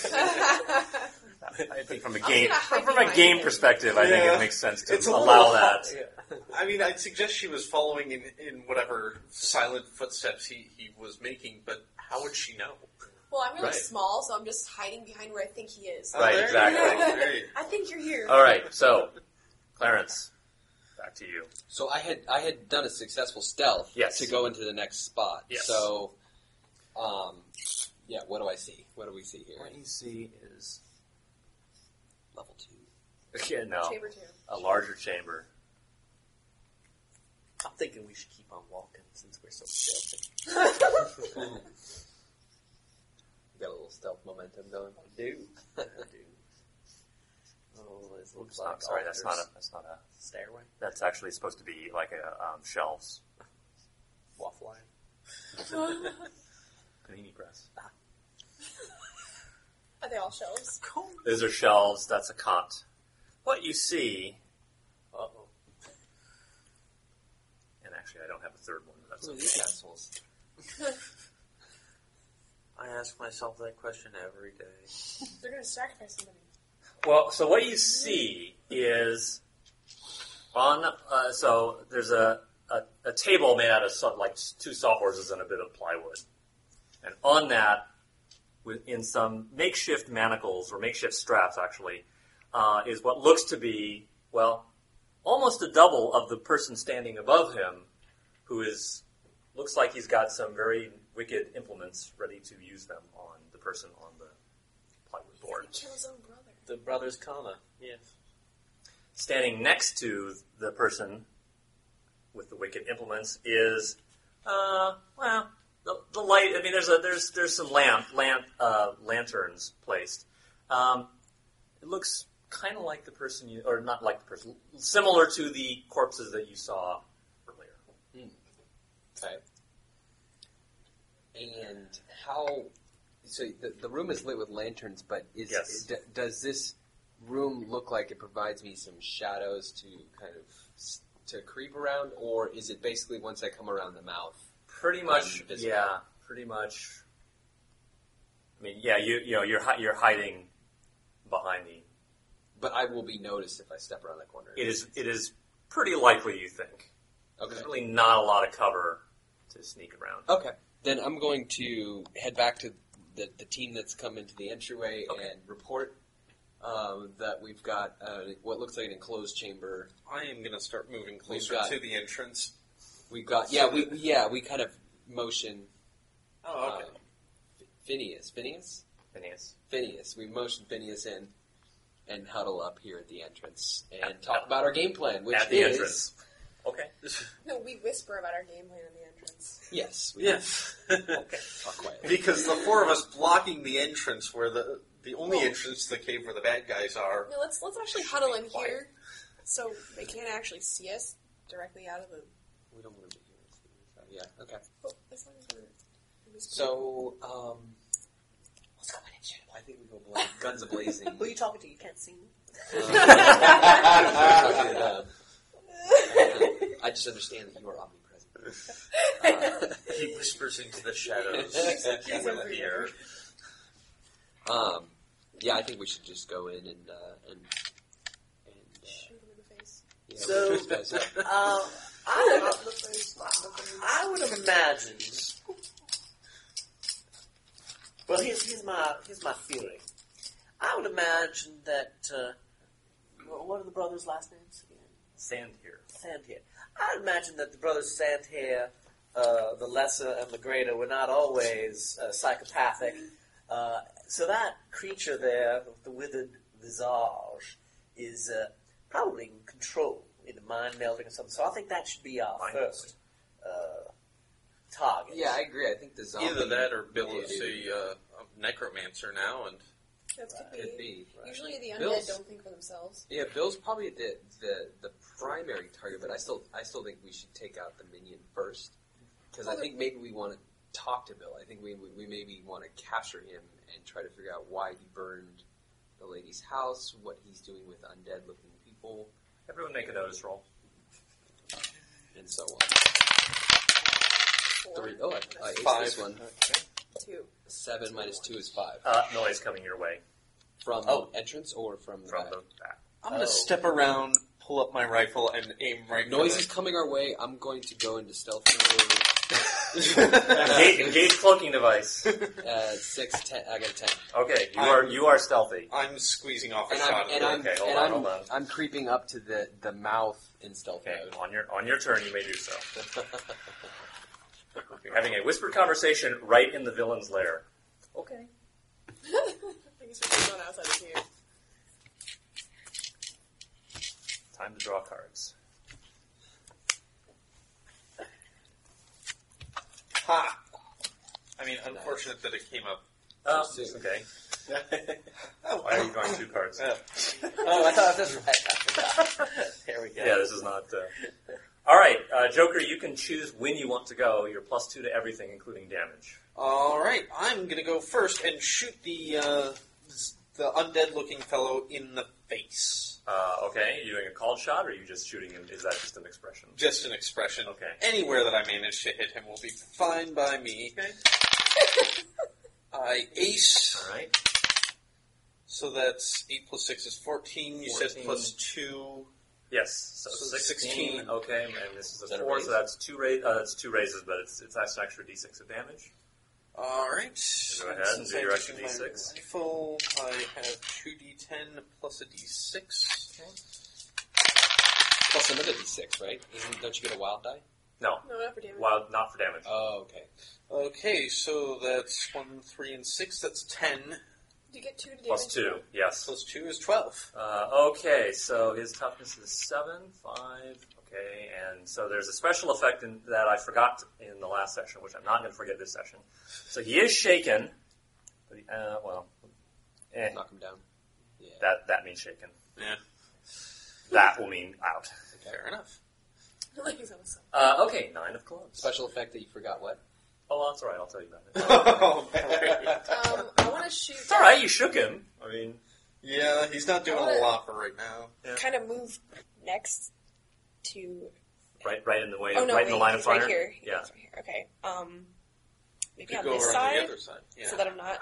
Speaker 2: I think from a game
Speaker 5: gonna hide
Speaker 2: from a
Speaker 5: behind
Speaker 2: game
Speaker 5: him.
Speaker 2: perspective, I think
Speaker 4: Yeah.
Speaker 2: it makes sense to
Speaker 4: It's a
Speaker 2: allow
Speaker 4: little
Speaker 2: that.
Speaker 4: I mean, I'd suggest she was following in, in whatever silent footsteps he, he was making, but how would she know?
Speaker 5: Well, I'm really
Speaker 2: Right.
Speaker 5: small, so I'm just hiding behind where I think he is.
Speaker 2: Right,
Speaker 4: Oh, there you
Speaker 2: exactly.
Speaker 4: go, there you-
Speaker 5: I think you're here.
Speaker 2: All right, so Clarence, back to you.
Speaker 6: So I had I had done a successful stealth
Speaker 2: Yes.
Speaker 6: to go into the next spot.
Speaker 2: Yes.
Speaker 6: So, um, yeah. What do I see? What do we see here?
Speaker 2: you see is
Speaker 6: Level two.
Speaker 2: yeah, no,
Speaker 5: Chamber two.
Speaker 2: a larger chamber.
Speaker 3: I'm thinking we should keep on walking since we're so stealthy.
Speaker 6: Got a little stealth momentum going.
Speaker 3: do. I do. Oh, it looks
Speaker 2: It's
Speaker 3: like
Speaker 2: not, sorry, that's not
Speaker 3: altars.
Speaker 2: a. That's not a.
Speaker 3: stairway.
Speaker 2: That's actually supposed to be like a um, shelves.
Speaker 3: Waffle iron.
Speaker 2: Panini press.
Speaker 5: Are they all shelves?
Speaker 2: Those are shelves. That's a cot. What you see,
Speaker 3: Uh oh.
Speaker 2: and actually, I don't have a third one. but That's
Speaker 6: Who are
Speaker 2: okay.
Speaker 6: these assholes?
Speaker 8: I ask myself that question every day.
Speaker 5: They're gonna sacrifice somebody.
Speaker 2: Well, so what you see is on. Uh, so there's a, a a table made out of some, like two sawhorses and a bit of plywood, and on that, with- in some makeshift manacles or makeshift straps, actually, uh, is what looks to be well, almost a double of the person standing above him, who is looks like he's got some very wicked implements ready to use them on the person on the plywood board.
Speaker 5: Kill his own brother.
Speaker 3: The brothers Kana. Yes.
Speaker 2: standing next to the person with the wicked implements is, uh, well, the, the light. I mean, there's a there's there's some lamp lamp uh, lanterns placed. Um, it looks kind of like the person you, or not like the person, similar to the corpses that you saw earlier.
Speaker 6: Okay. And how? So the, the room is lit with lanterns, but is
Speaker 2: Yes.
Speaker 6: d- does this room look like it provides me some shadows to kind of s- to creep around, or is it basically once I come around the mouth?
Speaker 2: Pretty much,
Speaker 6: Invisible.
Speaker 2: yeah. Pretty much. I mean, yeah. You you know you're hi- you're hiding behind the.
Speaker 6: But I will be noticed if I step around the corner.
Speaker 2: It is it is pretty likely you think.
Speaker 6: okay.
Speaker 2: There's really not a lot of cover to sneak around.
Speaker 6: Okay. Then I'm going to head back to the, the team that's come into the entryway
Speaker 2: Okay.
Speaker 6: and report um, that we've got uh, what looks like an enclosed chamber.
Speaker 4: I am going to start moving closer
Speaker 6: got-
Speaker 4: to the entrance.
Speaker 6: We've got yeah we yeah we kind of motion.
Speaker 4: Oh, okay.
Speaker 6: Um, Phineas, Phineas,
Speaker 2: Phineas.
Speaker 6: Phineas. We motion Phineas in and huddle up here at the entrance and talk about our game plan, which
Speaker 2: At the
Speaker 6: is
Speaker 2: entrance. Okay.
Speaker 5: No, we whisper about our game plan in the entrance.
Speaker 6: yes we
Speaker 4: yes.
Speaker 6: talk quietly.
Speaker 4: because the four of us blocking the entrance where the the only
Speaker 5: Oh.
Speaker 4: entrance to the cave where the bad guys are.
Speaker 5: No, let's let's actually huddle in here, so they can't actually see us directly out of the. oh,
Speaker 6: We don't want to be here. Yeah. Okay.
Speaker 5: Well, as long as we're. whispering.
Speaker 6: So um,
Speaker 3: What's going on? Jim?
Speaker 6: I think we go blind. guns a blazing.
Speaker 3: Who are you talking to? You can't see me.
Speaker 6: Uh, I just understand that you are omnipresent.
Speaker 4: He whispers into the shadows.
Speaker 5: He's
Speaker 4: With
Speaker 5: over
Speaker 4: the
Speaker 5: here.
Speaker 4: air.
Speaker 6: Uh, um, yeah, I think we should just go in and uh, and and uh,
Speaker 5: Shoot him in the face.
Speaker 6: yeah,
Speaker 3: So-
Speaker 6: we'll just guys up.
Speaker 3: Uh, I would, I would imagine. Well, here's, here's my here's my theory. I would imagine that uh, wh- what are the brothers' last names again?
Speaker 2: Sand here.
Speaker 3: Sandhair. I'd imagine that the brothers Sandhair, uh, the lesser and the greater, were not always uh, psychopathic. Uh, so that creature there, with the withered visage, is uh, probably in control, in a mind melding or something. So I think that should be our
Speaker 2: Mind
Speaker 3: first uh, target.
Speaker 6: yeah, I agree. I think the zombie
Speaker 4: Either that or Bill
Speaker 6: Yeah,
Speaker 4: is
Speaker 6: dude.
Speaker 4: a, uh, a necromancer now, and
Speaker 5: That
Speaker 6: could be.
Speaker 5: Usually the undead
Speaker 6: Bill's-
Speaker 5: don't think for themselves.
Speaker 6: Yeah, Bill's probably the, the the primary target, but I still I still think we should take out the minion first because I think maybe we want to talk to Bill. I think we we maybe want to capture him and try to figure out why he burned the lady's house, what he's doing with undead looking people,
Speaker 2: Everyone make a notice roll.
Speaker 6: and so on.
Speaker 5: Four,
Speaker 6: Three, oh, I, I aced
Speaker 4: Five.
Speaker 6: this one.
Speaker 5: two.
Speaker 6: Seven minus two is five.
Speaker 2: Uh, noise coming your way
Speaker 6: From
Speaker 4: Oh.
Speaker 6: the entrance or from the
Speaker 2: from
Speaker 6: back?
Speaker 2: the back.
Speaker 4: I'm
Speaker 6: Oh.
Speaker 4: going to step around, pull up my rifle, and aim right. for
Speaker 6: Noise
Speaker 4: the-
Speaker 6: is coming our way. I'm going to go into stealth mode.
Speaker 2: Engage, engage cloaking device.
Speaker 6: Uh, six, ten. I got a ten.
Speaker 2: Okay, you are you are stealthy.
Speaker 4: I'm squeezing off a
Speaker 6: And
Speaker 4: shot.
Speaker 6: I'm
Speaker 4: of
Speaker 6: and
Speaker 4: it.
Speaker 6: I'm
Speaker 2: Okay, hold
Speaker 6: and
Speaker 2: on,
Speaker 6: I'm,
Speaker 2: hold on.
Speaker 6: I'm creeping up to the the mouth in stealth
Speaker 2: Okay,
Speaker 6: mode.
Speaker 2: on your on your turn, you may do so. You're having a whispered conversation right in the villain's lair.
Speaker 5: Okay. I guess we're just going outside of here.
Speaker 2: Time to draw cards.
Speaker 4: Ha! I mean, unfortunate that it came up.
Speaker 2: Oh,
Speaker 6: Six.
Speaker 2: okay.
Speaker 4: oh,
Speaker 2: Why are you drawing two cards?
Speaker 4: Yeah.
Speaker 3: oh, I thought that's right. there we go.
Speaker 2: Yeah, this is not. Uh... All right, uh, Joker, you can choose when you want to go. You're plus two to everything, including damage.
Speaker 4: All right, I'm gonna go first and shoot the uh, z- the undead-looking fellow in the face.
Speaker 2: Uh, okay, you doing a called shot, or are you just shooting him? Is that just an expression?
Speaker 4: Just an expression.
Speaker 2: Okay.
Speaker 4: Anywhere that I manage to hit him will be fine by me.
Speaker 2: Okay.
Speaker 4: I ace,
Speaker 2: All right.
Speaker 4: so that's eight plus six is fourteen. You said
Speaker 2: 14.
Speaker 4: plus two.
Speaker 2: Yes. So,
Speaker 4: So
Speaker 2: 16,
Speaker 4: 16.
Speaker 2: Okay, and this is a
Speaker 6: Is that a
Speaker 2: four,
Speaker 6: raise?
Speaker 2: so that's two ra- uh, that's two raises, but it's it's that's an extra d6 of damage.
Speaker 4: All right.
Speaker 2: Go ahead and
Speaker 4: Since
Speaker 2: do
Speaker 4: I'm
Speaker 2: your extra
Speaker 4: using my
Speaker 2: D6.
Speaker 4: Rifle. I have two d10 plus a d6.
Speaker 6: Plus another d6, right? Isn't, don't you get a wild die?
Speaker 2: No,
Speaker 5: No, not for damage.
Speaker 2: well, not for damage.
Speaker 6: Oh, okay.
Speaker 4: Okay, so that's one, three, and six. That's ten.
Speaker 5: Do you get two to damage?
Speaker 2: Plus two. Yes.
Speaker 4: Plus two is twelve.
Speaker 2: Uh, okay, so his toughness is seven, five. Okay, and so there's a special effect in, that I forgot in the last session, which I'm not going to forget this session. So he is shaken. But he, uh, well, eh,
Speaker 6: Knock him down. Yeah.
Speaker 2: that that means shaken.
Speaker 4: Yeah.
Speaker 2: That will mean out.
Speaker 6: okay.
Speaker 4: Fair enough.
Speaker 5: Like he's on the sun.
Speaker 2: Uh, okay, nine of clubs.
Speaker 6: Special effect that you forgot what?
Speaker 2: Oh, that's all right. I'll tell you about it.
Speaker 4: oh, man.
Speaker 5: Um, I want to shoot.
Speaker 2: It's all right. You shook him. I mean,
Speaker 4: Yeah, he's not doing a lot for right now.
Speaker 5: Kind of move next to.
Speaker 2: right, right in the way,
Speaker 5: oh no,
Speaker 2: right in
Speaker 5: wait,
Speaker 2: the line
Speaker 5: he's
Speaker 2: of fire.
Speaker 5: right here.
Speaker 2: Yeah.
Speaker 5: He's right here. Okay. Um, maybe
Speaker 4: Could
Speaker 5: on
Speaker 4: go
Speaker 5: this
Speaker 4: around
Speaker 5: side,
Speaker 4: to the other side. Yeah.
Speaker 5: so that I'm not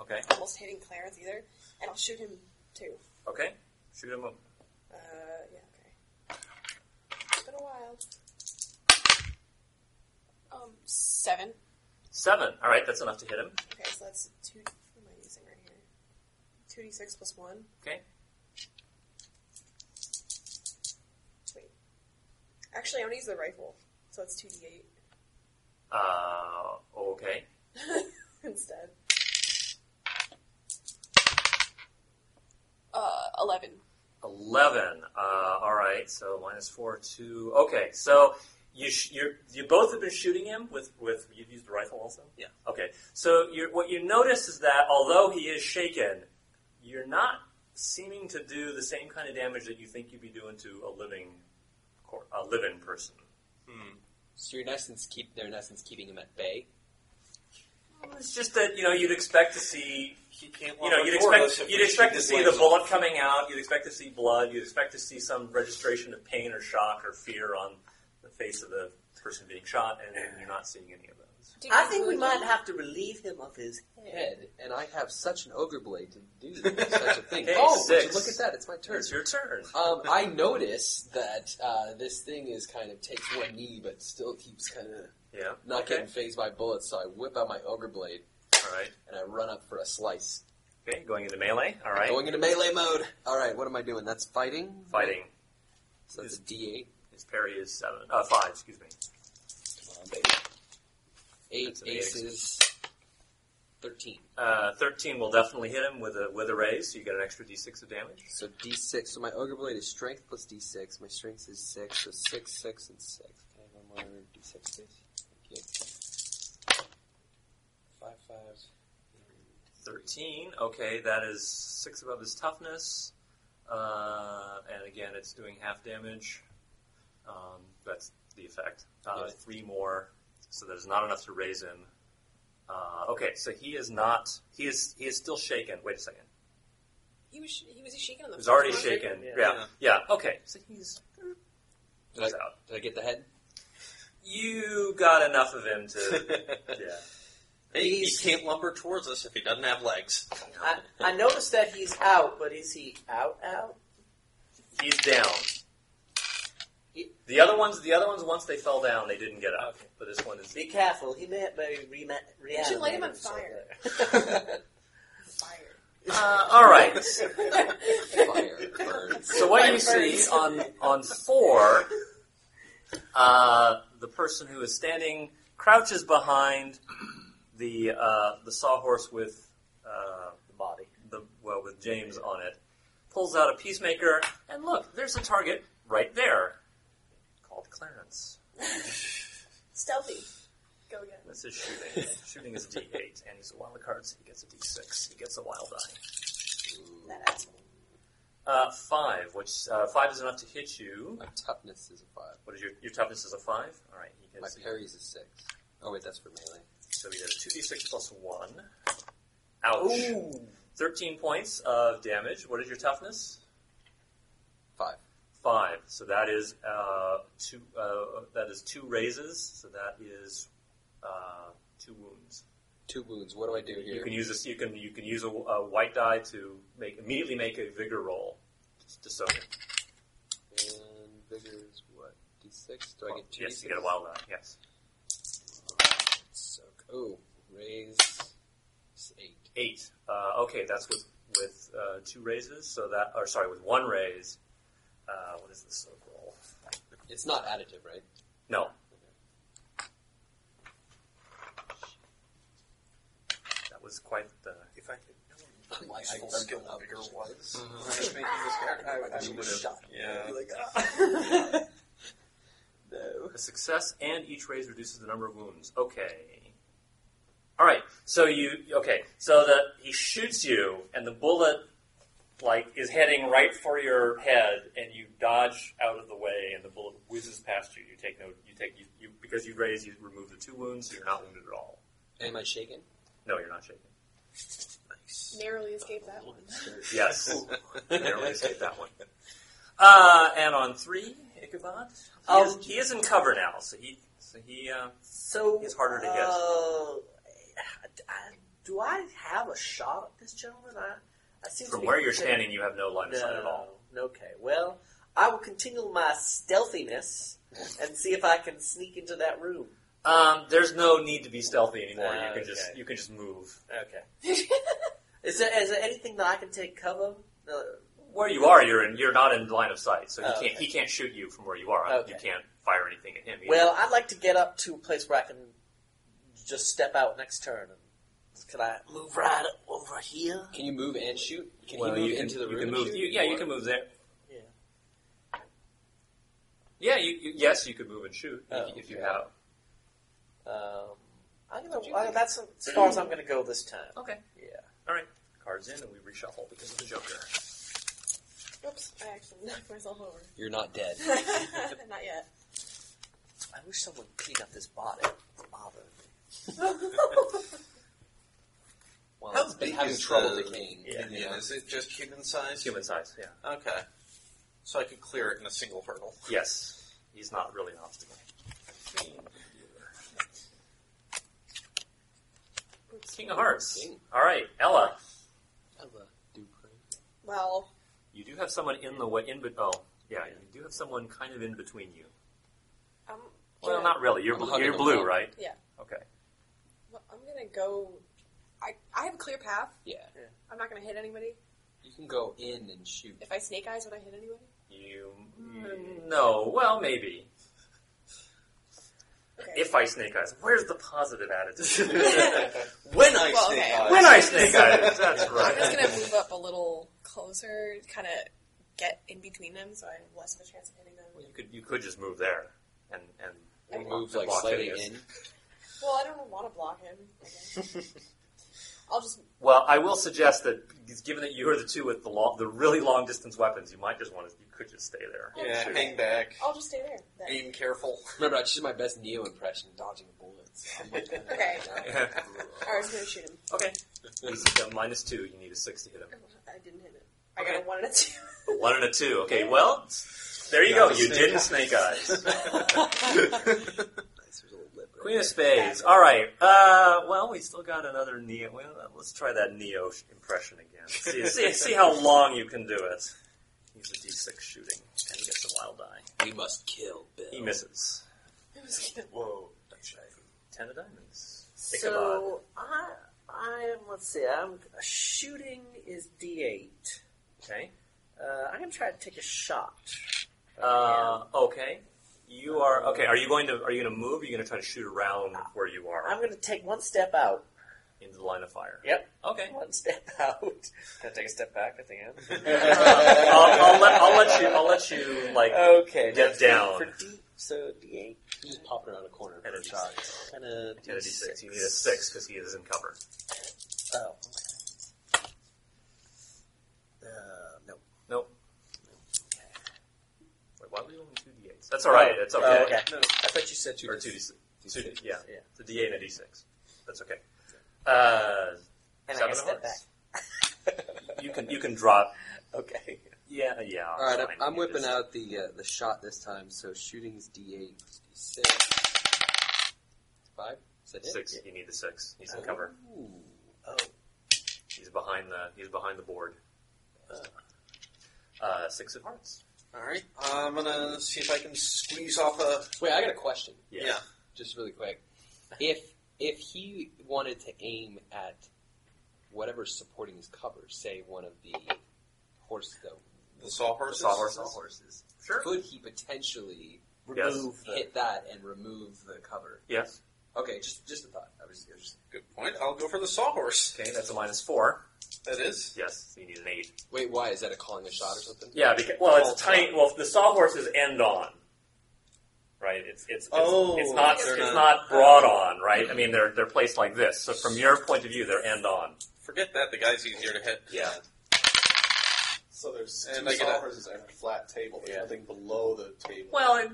Speaker 2: Okay.
Speaker 5: almost hitting Clarence either, and I'll shoot him too.
Speaker 2: Okay. Shoot him up.
Speaker 5: Uh, yeah. Okay. It's been a while. Um, seven.
Speaker 2: Seven. All right. That's enough to hit him.
Speaker 5: Okay, so that's two. What am I using right here? Two d six plus one.
Speaker 2: Okay.
Speaker 5: Wait. Actually, I'm gonna use the rifle, so it's two d eight
Speaker 2: Uh. Okay.
Speaker 5: instead. Uh, eleven.
Speaker 2: 11. Uh, all right, so minus 4, 2. Okay, so you sh- you you both have been shooting him with, with you've used the rifle also?
Speaker 8: Yeah.
Speaker 2: Okay, so you're, what you notice is that although he is shaken, you're not seeming to do the same kind of damage that you think you'd be doing to a living cor- a living person.
Speaker 6: So you're in essence keep they're in essence keeping him at bay.
Speaker 2: It's just that, you know, you'd expect to see
Speaker 4: He can't
Speaker 2: you
Speaker 4: walk
Speaker 2: know,
Speaker 4: on
Speaker 2: you'd
Speaker 4: four of us
Speaker 2: expect
Speaker 4: if
Speaker 2: you'd
Speaker 4: we
Speaker 2: expect
Speaker 4: shoot
Speaker 2: to
Speaker 4: his
Speaker 2: see the
Speaker 4: legs
Speaker 2: bullet coming out. You'd expect to see blood. You'd expect to see some registration of pain or shock or fear on the face of the person being shot, and you're not seeing any of those.
Speaker 8: I think we might have to relieve him of his head.
Speaker 6: Head, and I have such an ogre blade to do such a thing.
Speaker 2: Hey,
Speaker 6: oh, would you
Speaker 2: six.
Speaker 6: look at that! It's my turn.
Speaker 2: It's your turn.
Speaker 6: Um, I notice that uh, this thing is kind of takes one knee, but still keeps kind of
Speaker 2: Yeah.
Speaker 6: not
Speaker 2: okay.
Speaker 6: getting phased by bullets. So I whip out my ogre blade
Speaker 2: All right.
Speaker 6: and I run up for a slice.
Speaker 2: Okay. Going into melee. All right.
Speaker 6: Going into melee mode. All right, what am I doing? That's fighting.
Speaker 2: Fighting.
Speaker 6: So that's a D8.
Speaker 2: His parry is seven. Uh, five. Excuse me.
Speaker 6: Come on, baby. Eight
Speaker 2: That's an eight.
Speaker 6: aces. Thirteen.
Speaker 2: Uh, Thirteen will definitely hit him with a with a raise. So you get an extra d6 of damage.
Speaker 6: So D6. So my ogre blade is strength plus D6. My strength is six. So six, six, and six. Can I have one more D6, please? Thank you. Five fives.
Speaker 2: Thirteen. Okay, that is six above his toughness, uh, and again, it's doing half damage. Um, that's the effect. Uh,
Speaker 6: Yes.
Speaker 2: Three more, so that is not enough to raise him. Uh, okay, so he is not. He is. He is still shaken. Wait a second.
Speaker 5: He was sh- he was shaking on the.
Speaker 2: He was already
Speaker 5: first
Speaker 2: shaken.
Speaker 5: one?
Speaker 2: Yeah.
Speaker 8: Yeah.
Speaker 2: Yeah. Okay. So he's.
Speaker 6: Did I,
Speaker 2: He's out.
Speaker 6: did I get the head?
Speaker 2: You got enough of him to. yeah.
Speaker 4: Hey, he
Speaker 8: He's-
Speaker 4: can't lumber towards us if he doesn't have legs.
Speaker 8: I, I noticed that he's out, but is he out out?
Speaker 2: He's down.
Speaker 8: He-
Speaker 2: The other ones. The other ones. Once they fell down, they didn't get up. But this one is.
Speaker 8: Be careful. He may have maybe rema- reanimated
Speaker 5: should light him on
Speaker 8: himself
Speaker 5: fire.
Speaker 8: there.
Speaker 5: Fire.
Speaker 2: Uh, all right.
Speaker 6: Fire burns.
Speaker 2: So what you see on on four, uh, the person who is standing crouches behind the uh, the sawhorse with uh,
Speaker 8: the body.
Speaker 2: the well with James on it, pulls out a peacemaker, and look, there's a target right there, called Clarence.
Speaker 5: Stealthy. Go again.
Speaker 2: This is shooting. shooting is a D8, and he's a wild card, so he gets a D6. He gets a wild die.
Speaker 5: That asshole.
Speaker 2: Uh, five, which uh, five is enough to hit you.
Speaker 6: My toughness is a five.
Speaker 2: What is your your toughness is a five? All right, he
Speaker 6: My
Speaker 2: gets
Speaker 6: parry's is six. Oh wait, that's for melee.
Speaker 2: So he has 2d6 plus 1. Ouch. 13 points of damage. What is your toughness?
Speaker 6: Five.
Speaker 2: 5. So that is uh, two uh, that is two raises. So that is uh, two wounds.
Speaker 6: Two wounds. What do I do
Speaker 2: You
Speaker 6: here?
Speaker 2: can use this you can you can use a, a white die to make immediately make a vigor roll to disown it.
Speaker 6: And vigor is what? D6. Do I get two?
Speaker 2: yes,
Speaker 6: D6?
Speaker 2: you get a wild die. Yes.
Speaker 6: So, oh, raise is eight.
Speaker 2: 8. Uh, okay, that's with with uh, two raises. So that or sorry, with one raise. Uh, what is this soak roll?
Speaker 6: It's not additive, right?
Speaker 2: No. That was quite the.
Speaker 4: If I could
Speaker 6: I'm like,
Speaker 4: useful
Speaker 6: I-
Speaker 4: skill
Speaker 6: I'm-
Speaker 4: bigger was, I
Speaker 6: Mhm.
Speaker 4: was making this character, I,
Speaker 6: I
Speaker 4: I would
Speaker 6: would've
Speaker 4: have.
Speaker 6: shot.
Speaker 4: Yeah. "Ah."
Speaker 2: A success and each raise reduces the number of wounds. Okay. All right. So you okay? So the he shoots you, and the bullet like is heading right for your head, and you dodge out of the way, and the bullet whizzes past you. You take no, you take you, you because you raise, you remove the two wounds, so you're not wounded at all.
Speaker 6: Am I shaken?
Speaker 2: No, you're not shaken.
Speaker 5: Narrowly escaped that one.
Speaker 2: Yes, narrowly escaped that one. Uh, and on three, Ichabod. He,
Speaker 3: Um,
Speaker 2: is, he is in cover now, so he so he uh,
Speaker 3: So
Speaker 2: It's harder to
Speaker 3: uh,
Speaker 2: hit.
Speaker 8: uh,
Speaker 3: I- do I have a shot at this gentleman? I, I seem to
Speaker 2: from
Speaker 3: be
Speaker 2: where you're
Speaker 3: considered-
Speaker 2: standing, you have no line of sight at all.
Speaker 3: No. Okay. Well, I will continue my stealthiness and see if I can sneak into that room.
Speaker 2: Um, there's no need to be stealthy anymore.
Speaker 3: Ah,
Speaker 2: you can
Speaker 3: okay.
Speaker 2: just you can just move.
Speaker 3: Okay. Is there is there anything that I can take cover? Uh,
Speaker 2: Where you are, you're in, you're not in line of sight, so he
Speaker 3: Oh,
Speaker 2: can't
Speaker 3: okay.
Speaker 2: he can't shoot you from where you are.
Speaker 3: Okay.
Speaker 2: You can't fire anything at him. Either.
Speaker 3: well, I'd like to get up to a place where I can just step out next turn. And can I move right up over here?
Speaker 6: Can you move and shoot? Can
Speaker 2: Well,
Speaker 6: he move
Speaker 2: you can-
Speaker 6: into the
Speaker 2: you
Speaker 6: room?
Speaker 2: can
Speaker 6: and
Speaker 2: move-
Speaker 6: shoot?
Speaker 2: you- yeah, you
Speaker 6: Or-
Speaker 2: can move there.
Speaker 3: Yeah.
Speaker 2: Yeah, you, you, yes, you could move and shoot
Speaker 3: Oh,
Speaker 2: if, if you
Speaker 3: okay.
Speaker 2: have.
Speaker 3: Um, I'm gonna. I, that's as far as I'm gonna go this time.
Speaker 2: Okay.
Speaker 3: Yeah.
Speaker 2: All right. Cards in, and we reshuffle because of the Joker.
Speaker 5: Oops, I actually knocked myself over.
Speaker 6: You're not dead.
Speaker 5: Not yet.
Speaker 3: I wish someone cleaned up this body. It's bothering me.
Speaker 6: Well,
Speaker 4: How
Speaker 6: it's been
Speaker 4: big
Speaker 6: having
Speaker 4: is
Speaker 6: trouble
Speaker 4: the-
Speaker 6: decaying.
Speaker 2: Yeah.
Speaker 6: you know?
Speaker 4: Minion? Is it just human size?
Speaker 2: Human size. Yeah.
Speaker 4: Okay. So I could clear it in a single hurdle.
Speaker 2: Yes. He's not really an obstacle. King of Hearts.
Speaker 6: King.
Speaker 2: All right, Ella.
Speaker 5: Well,
Speaker 2: You do have someone in the way in, but oh, yeah, you do have someone kind of in between you.
Speaker 5: I'm.
Speaker 2: Well,
Speaker 5: gonna-
Speaker 2: not really. You're
Speaker 6: I'm
Speaker 2: blue,
Speaker 6: hugging
Speaker 2: you're
Speaker 6: him
Speaker 2: blue,
Speaker 6: up.
Speaker 2: right?
Speaker 5: Yeah.
Speaker 2: Okay.
Speaker 5: well, I'm gonna go. I I have a clear path.
Speaker 6: Yeah.
Speaker 5: I'm not gonna hit anybody.
Speaker 6: You can go in and shoot.
Speaker 5: If I snake eyes, would I hit anybody?
Speaker 2: You no. Well, maybe.
Speaker 5: Okay.
Speaker 2: If I snake eyes, where's the positive attitude?
Speaker 4: When I
Speaker 5: Well,
Speaker 4: sneak
Speaker 5: okay.
Speaker 4: eyes.
Speaker 2: when I snake eyes, that's
Speaker 5: I'm just
Speaker 2: right.
Speaker 5: gonna move up a little closer, kind of get in between them, so I have less of a chance of hitting them.
Speaker 2: You could you could just move there and and
Speaker 6: Or
Speaker 2: block-
Speaker 6: move like
Speaker 2: block
Speaker 6: slightly
Speaker 2: hideous.
Speaker 6: in.
Speaker 5: Well, I don't want to block him. I guess. I'll just
Speaker 2: Well, I will suggest that given that you are the two with the long, the really long distance weapons, you might just want to you could just stay there.
Speaker 4: Yeah, hang back.
Speaker 5: I'll just stay there. Then.
Speaker 4: Aim careful.
Speaker 6: Remember, I just did my best Neo impression, dodging bullets. I'm like,
Speaker 5: Okay.
Speaker 2: Yeah.
Speaker 5: Or I'm just gonna shoot him.
Speaker 2: okay. Easy, uh, minus two. You need a six to hit him.
Speaker 5: I didn't hit it. I got a one and a two.
Speaker 2: A One and a two. Okay, well, there you
Speaker 4: Not
Speaker 2: go.
Speaker 4: a
Speaker 2: You
Speaker 4: snake
Speaker 2: didn't
Speaker 4: eyes.
Speaker 2: snake eyes.
Speaker 6: nice, there's a little lip right
Speaker 2: Queen of Spades. All right. Uh, well, we still got another Neo. Well, uh, let's try that Neo sh- impression again. See, see, see how long you can do it. He's a D6 shooting, and he gets a wild die.
Speaker 6: there. We must kill Bill.
Speaker 2: He misses.
Speaker 5: It was good.
Speaker 4: Whoa.
Speaker 2: Ten of diamonds. Ichabod.
Speaker 3: So I, I am. Let's see. I'm shooting is D8.
Speaker 2: Okay.
Speaker 3: Uh, I'm gonna try to take a shot.
Speaker 2: Uh, okay. You are okay. Are you going to are you going to move? Or are you going to try to shoot around where you are
Speaker 3: I'm gonna take one step out.
Speaker 2: into the line of fire?
Speaker 3: Yep.
Speaker 2: Okay. Uh,
Speaker 3: One step out. Can I take a step back at the end?
Speaker 2: I'll, I'll, let, I'll let you. I'll let you like
Speaker 3: Okay.
Speaker 2: Get
Speaker 3: that's
Speaker 2: down.
Speaker 3: For D, so D8
Speaker 6: Just pop it around a corner.
Speaker 2: And a D6.
Speaker 3: and a
Speaker 2: And a
Speaker 3: D6.
Speaker 2: D6. You need a six because he is in cover.
Speaker 3: Oh. Uh, no.
Speaker 2: Nope. Wait, why are we rolling two d8s? That's all right. That's okay.
Speaker 3: Oh, okay. I thought you said
Speaker 2: Or two d6. Two,
Speaker 6: D6.
Speaker 2: yeah,
Speaker 3: Yeah.
Speaker 2: it's a d8 and a d6. That's okay. Uh,
Speaker 3: And I
Speaker 2: seven
Speaker 3: can
Speaker 2: of
Speaker 3: step back.
Speaker 2: hearts. You can you can drop.
Speaker 3: Okay.
Speaker 2: Yeah, yeah.
Speaker 6: All right,
Speaker 2: fine.
Speaker 6: I'm, I'm
Speaker 2: You
Speaker 6: whipping
Speaker 2: just-
Speaker 6: out the uh, the shot this time. So shooting is D8, D6, five. Is that it?
Speaker 2: six. You need the six. He's in cover.
Speaker 6: Ooh.
Speaker 3: Oh.
Speaker 2: He's behind the he's behind the board. Uh, six of hearts.
Speaker 4: Alright. I'm gonna see if I can squeeze off a.
Speaker 6: Wait, I got a question,
Speaker 2: Yeah.
Speaker 4: Yeah.
Speaker 6: just really quick. If if he wanted to aim at whatever's supporting his cover, say one of the horse though,
Speaker 4: The sawhorses?
Speaker 2: Sawhorses. Sawhorses. Sure.
Speaker 6: could he potentially
Speaker 2: Yes.
Speaker 3: Remove the.
Speaker 6: hit that and remove the cover?
Speaker 2: Yes.
Speaker 6: Okay, just just a thought. I was, I was just,
Speaker 4: Good point. I'll go for the sawhorse.
Speaker 2: Okay, that's a minus four.
Speaker 4: That is.
Speaker 2: Yes, you need an eight.
Speaker 6: wait, why is that a calling a shot or something?
Speaker 2: Yeah, because well, it's a tiny. Well, the sawhorse is end on, right? It's it's it's,
Speaker 4: Oh,
Speaker 2: it's not
Speaker 4: they're
Speaker 2: it's
Speaker 4: not-
Speaker 2: not, broad on, right? I mean, they're they're placed like this. So from your point of view, they're end on.
Speaker 4: Forget that. The guy's easier to hit.
Speaker 2: Yeah.
Speaker 9: So there's
Speaker 4: And
Speaker 9: two
Speaker 4: I get a-
Speaker 9: solvers and a flat table. There's
Speaker 4: Yeah.
Speaker 9: nothing below the table.
Speaker 2: Well, it,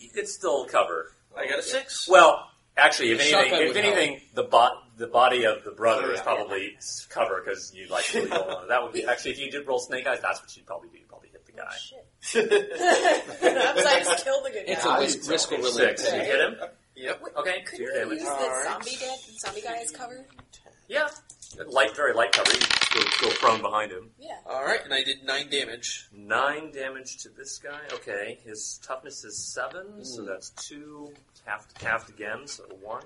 Speaker 2: it's still covered.
Speaker 4: I got a six.
Speaker 2: Well, actually, if
Speaker 6: The
Speaker 2: anything,
Speaker 6: shotgun
Speaker 2: if
Speaker 6: would
Speaker 2: anything, the bo- the body of the brother
Speaker 9: Oh,
Speaker 2: is
Speaker 9: yeah.
Speaker 2: probably s cover because you like really don't want to. That would be actually if you did roll snake eyes, that's what you'd probably do. You'd probably hit the guy.
Speaker 5: Oh, Shit. Oops, I just killed the good
Speaker 6: It's
Speaker 5: guy.
Speaker 6: a
Speaker 9: Yeah,
Speaker 6: risk,
Speaker 9: it's
Speaker 6: risk
Speaker 9: okay.
Speaker 6: related.
Speaker 2: Six. Did you hit him?
Speaker 4: Yep.
Speaker 2: Okay. Do your
Speaker 5: Couldn't we
Speaker 2: damage.
Speaker 5: use the
Speaker 4: Alright.
Speaker 5: zombie dad, zombie guy as cover?
Speaker 2: Yeah. Light, very light cover. You go, go prone behind him.
Speaker 5: Yeah.
Speaker 4: All right, and I did nine damage.
Speaker 2: Nine damage to this guy. Okay, his toughness is seven, so that's two. Half halved again, so one.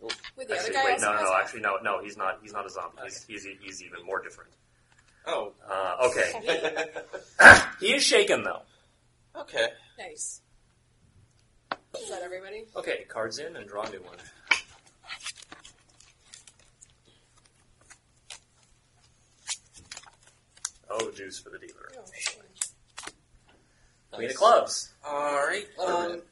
Speaker 5: With the
Speaker 2: actually,
Speaker 5: other guy
Speaker 2: wait,
Speaker 5: also
Speaker 2: no, no,
Speaker 5: has
Speaker 2: no.
Speaker 5: one?
Speaker 2: Actually, no, no. He's not. He's not a zombie. He's, he's he's even more different.
Speaker 4: Oh,
Speaker 2: Uh, okay. He is shaken though.
Speaker 4: okay.
Speaker 5: nice. Is that everybody?
Speaker 2: Okay, cards in and draw a new one. Oh, juice for the dealer.
Speaker 5: Oh, sure.
Speaker 2: Queen of clubs.
Speaker 4: All right. Um,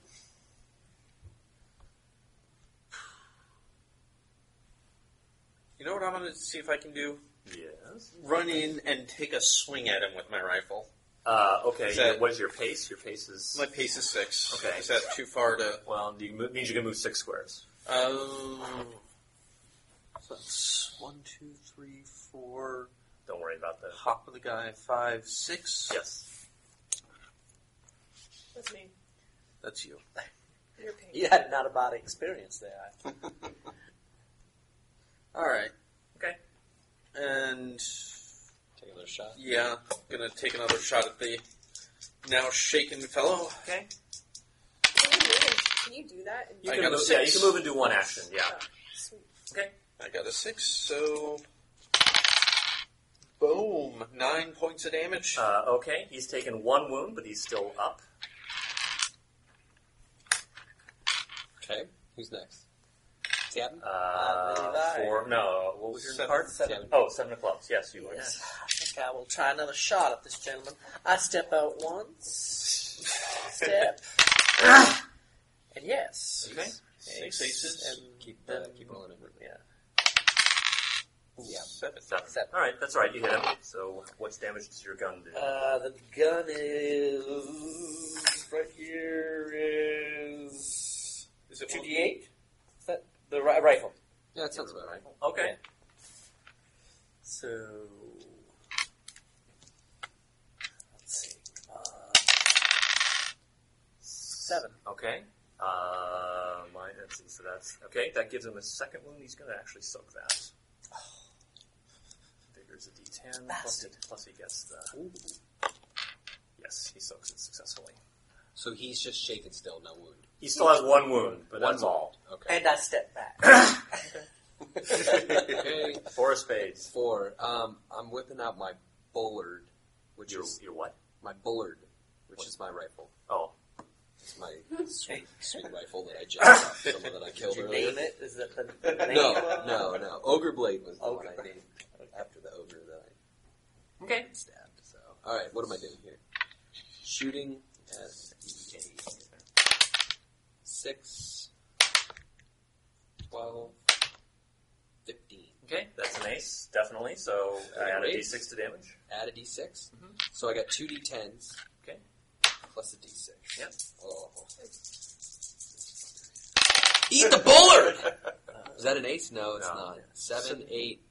Speaker 4: you know what I'm going to see if I can do?
Speaker 2: Yes.
Speaker 4: Run in and take a swing at him with my rifle.
Speaker 2: Uh, okay.
Speaker 4: Is that-
Speaker 2: your- what is your pace? Your pace is
Speaker 4: My pace is six.
Speaker 2: Okay.
Speaker 4: Is that too far to?
Speaker 2: well. You move, means you can move six squares.
Speaker 4: Oh. So that's one, two, three, four.
Speaker 2: Don't worry about that.
Speaker 4: Hop of the guy, five, six.
Speaker 2: Yes.
Speaker 5: That's me.
Speaker 4: That's you.
Speaker 5: Your pain.
Speaker 3: You had not a bad experience there.
Speaker 4: All right.
Speaker 2: Okay.
Speaker 4: And
Speaker 6: Take another shot.
Speaker 4: yeah, gonna take another shot at the now shaken fellow.
Speaker 2: Okay.
Speaker 5: Can you do it? Can you do that? And
Speaker 2: You
Speaker 4: I
Speaker 2: can
Speaker 4: got a
Speaker 2: move, yeah, you
Speaker 4: six.
Speaker 2: can move and do one action. Yeah.
Speaker 5: Sweet.
Speaker 4: I got a six, so boom, nine points of damage.
Speaker 2: Uh, okay. He's taken one wound, but he's still up.
Speaker 6: Okay. Who's next? Captain?
Speaker 3: Uh,
Speaker 2: Uh, four. No. What was your
Speaker 4: Seven.
Speaker 2: card?
Speaker 6: Seven.
Speaker 2: Oh, seven of clubs. Yes, you were.
Speaker 3: Yes, I think I will try another shot at this gentleman. I step out once, step, and yes.
Speaker 2: Okay.
Speaker 4: Six aces.
Speaker 3: And
Speaker 6: Keep, uh,
Speaker 3: then,
Speaker 6: keep rolling it.
Speaker 3: yeah.
Speaker 6: Yeah.
Speaker 4: Seven.
Speaker 2: Seven.
Speaker 3: Seven.
Speaker 2: All right, that's all right. You hit him. So, what's damage does your gun do?
Speaker 3: Uh, the gun is right here is
Speaker 4: Is it
Speaker 3: two
Speaker 4: one?
Speaker 3: d eight. Is that the ri- rifle?
Speaker 6: Yeah, that sounds about right.
Speaker 2: okay.
Speaker 3: So let's see. Uh, seven.
Speaker 2: Okay. Uh, mine. Let's see. So that's okay. That gives him a second wound. He's going to actually soak that.
Speaker 4: Oh.
Speaker 2: Vigor's a D10. Plus,
Speaker 3: Bastard.
Speaker 2: he- plus he gets the. Yes, he soaks it successfully.
Speaker 6: So he's just shaken still, no wound.
Speaker 2: He still has one wound, but
Speaker 6: One
Speaker 2: that's
Speaker 6: wound.
Speaker 2: all.
Speaker 6: Okay.
Speaker 3: And I step back.
Speaker 6: okay.
Speaker 2: Four of spades.
Speaker 6: Four. Um, I'm whipping out my bullard, which
Speaker 2: Your
Speaker 6: is
Speaker 2: your what?
Speaker 6: my bullard, which is my rifle.
Speaker 2: Oh,
Speaker 6: It's my sweet, sweet rifle that I jacked off someone that I
Speaker 3: Did
Speaker 6: killed
Speaker 3: you
Speaker 6: earlier.
Speaker 3: name it? Is that the name?
Speaker 6: No,
Speaker 3: of it?
Speaker 6: no, no. Ogre blade was the one
Speaker 3: Ogre.
Speaker 6: I named after the ogre that I
Speaker 2: okay.
Speaker 6: stabbed. So, all right, what am I doing here? Shooting at the six, twelve, fifteen.
Speaker 2: Okay, that's an ace, definitely. So I add a
Speaker 6: Ace.
Speaker 2: D6 to damage.
Speaker 6: Add a d6. So I got two d10s.
Speaker 2: Mm-hmm. Okay.
Speaker 6: Plus a d6.
Speaker 2: Yep.
Speaker 6: Oh. Eat the bullard! Is that an ace? No, it's
Speaker 2: No.
Speaker 6: not. Seven, eight.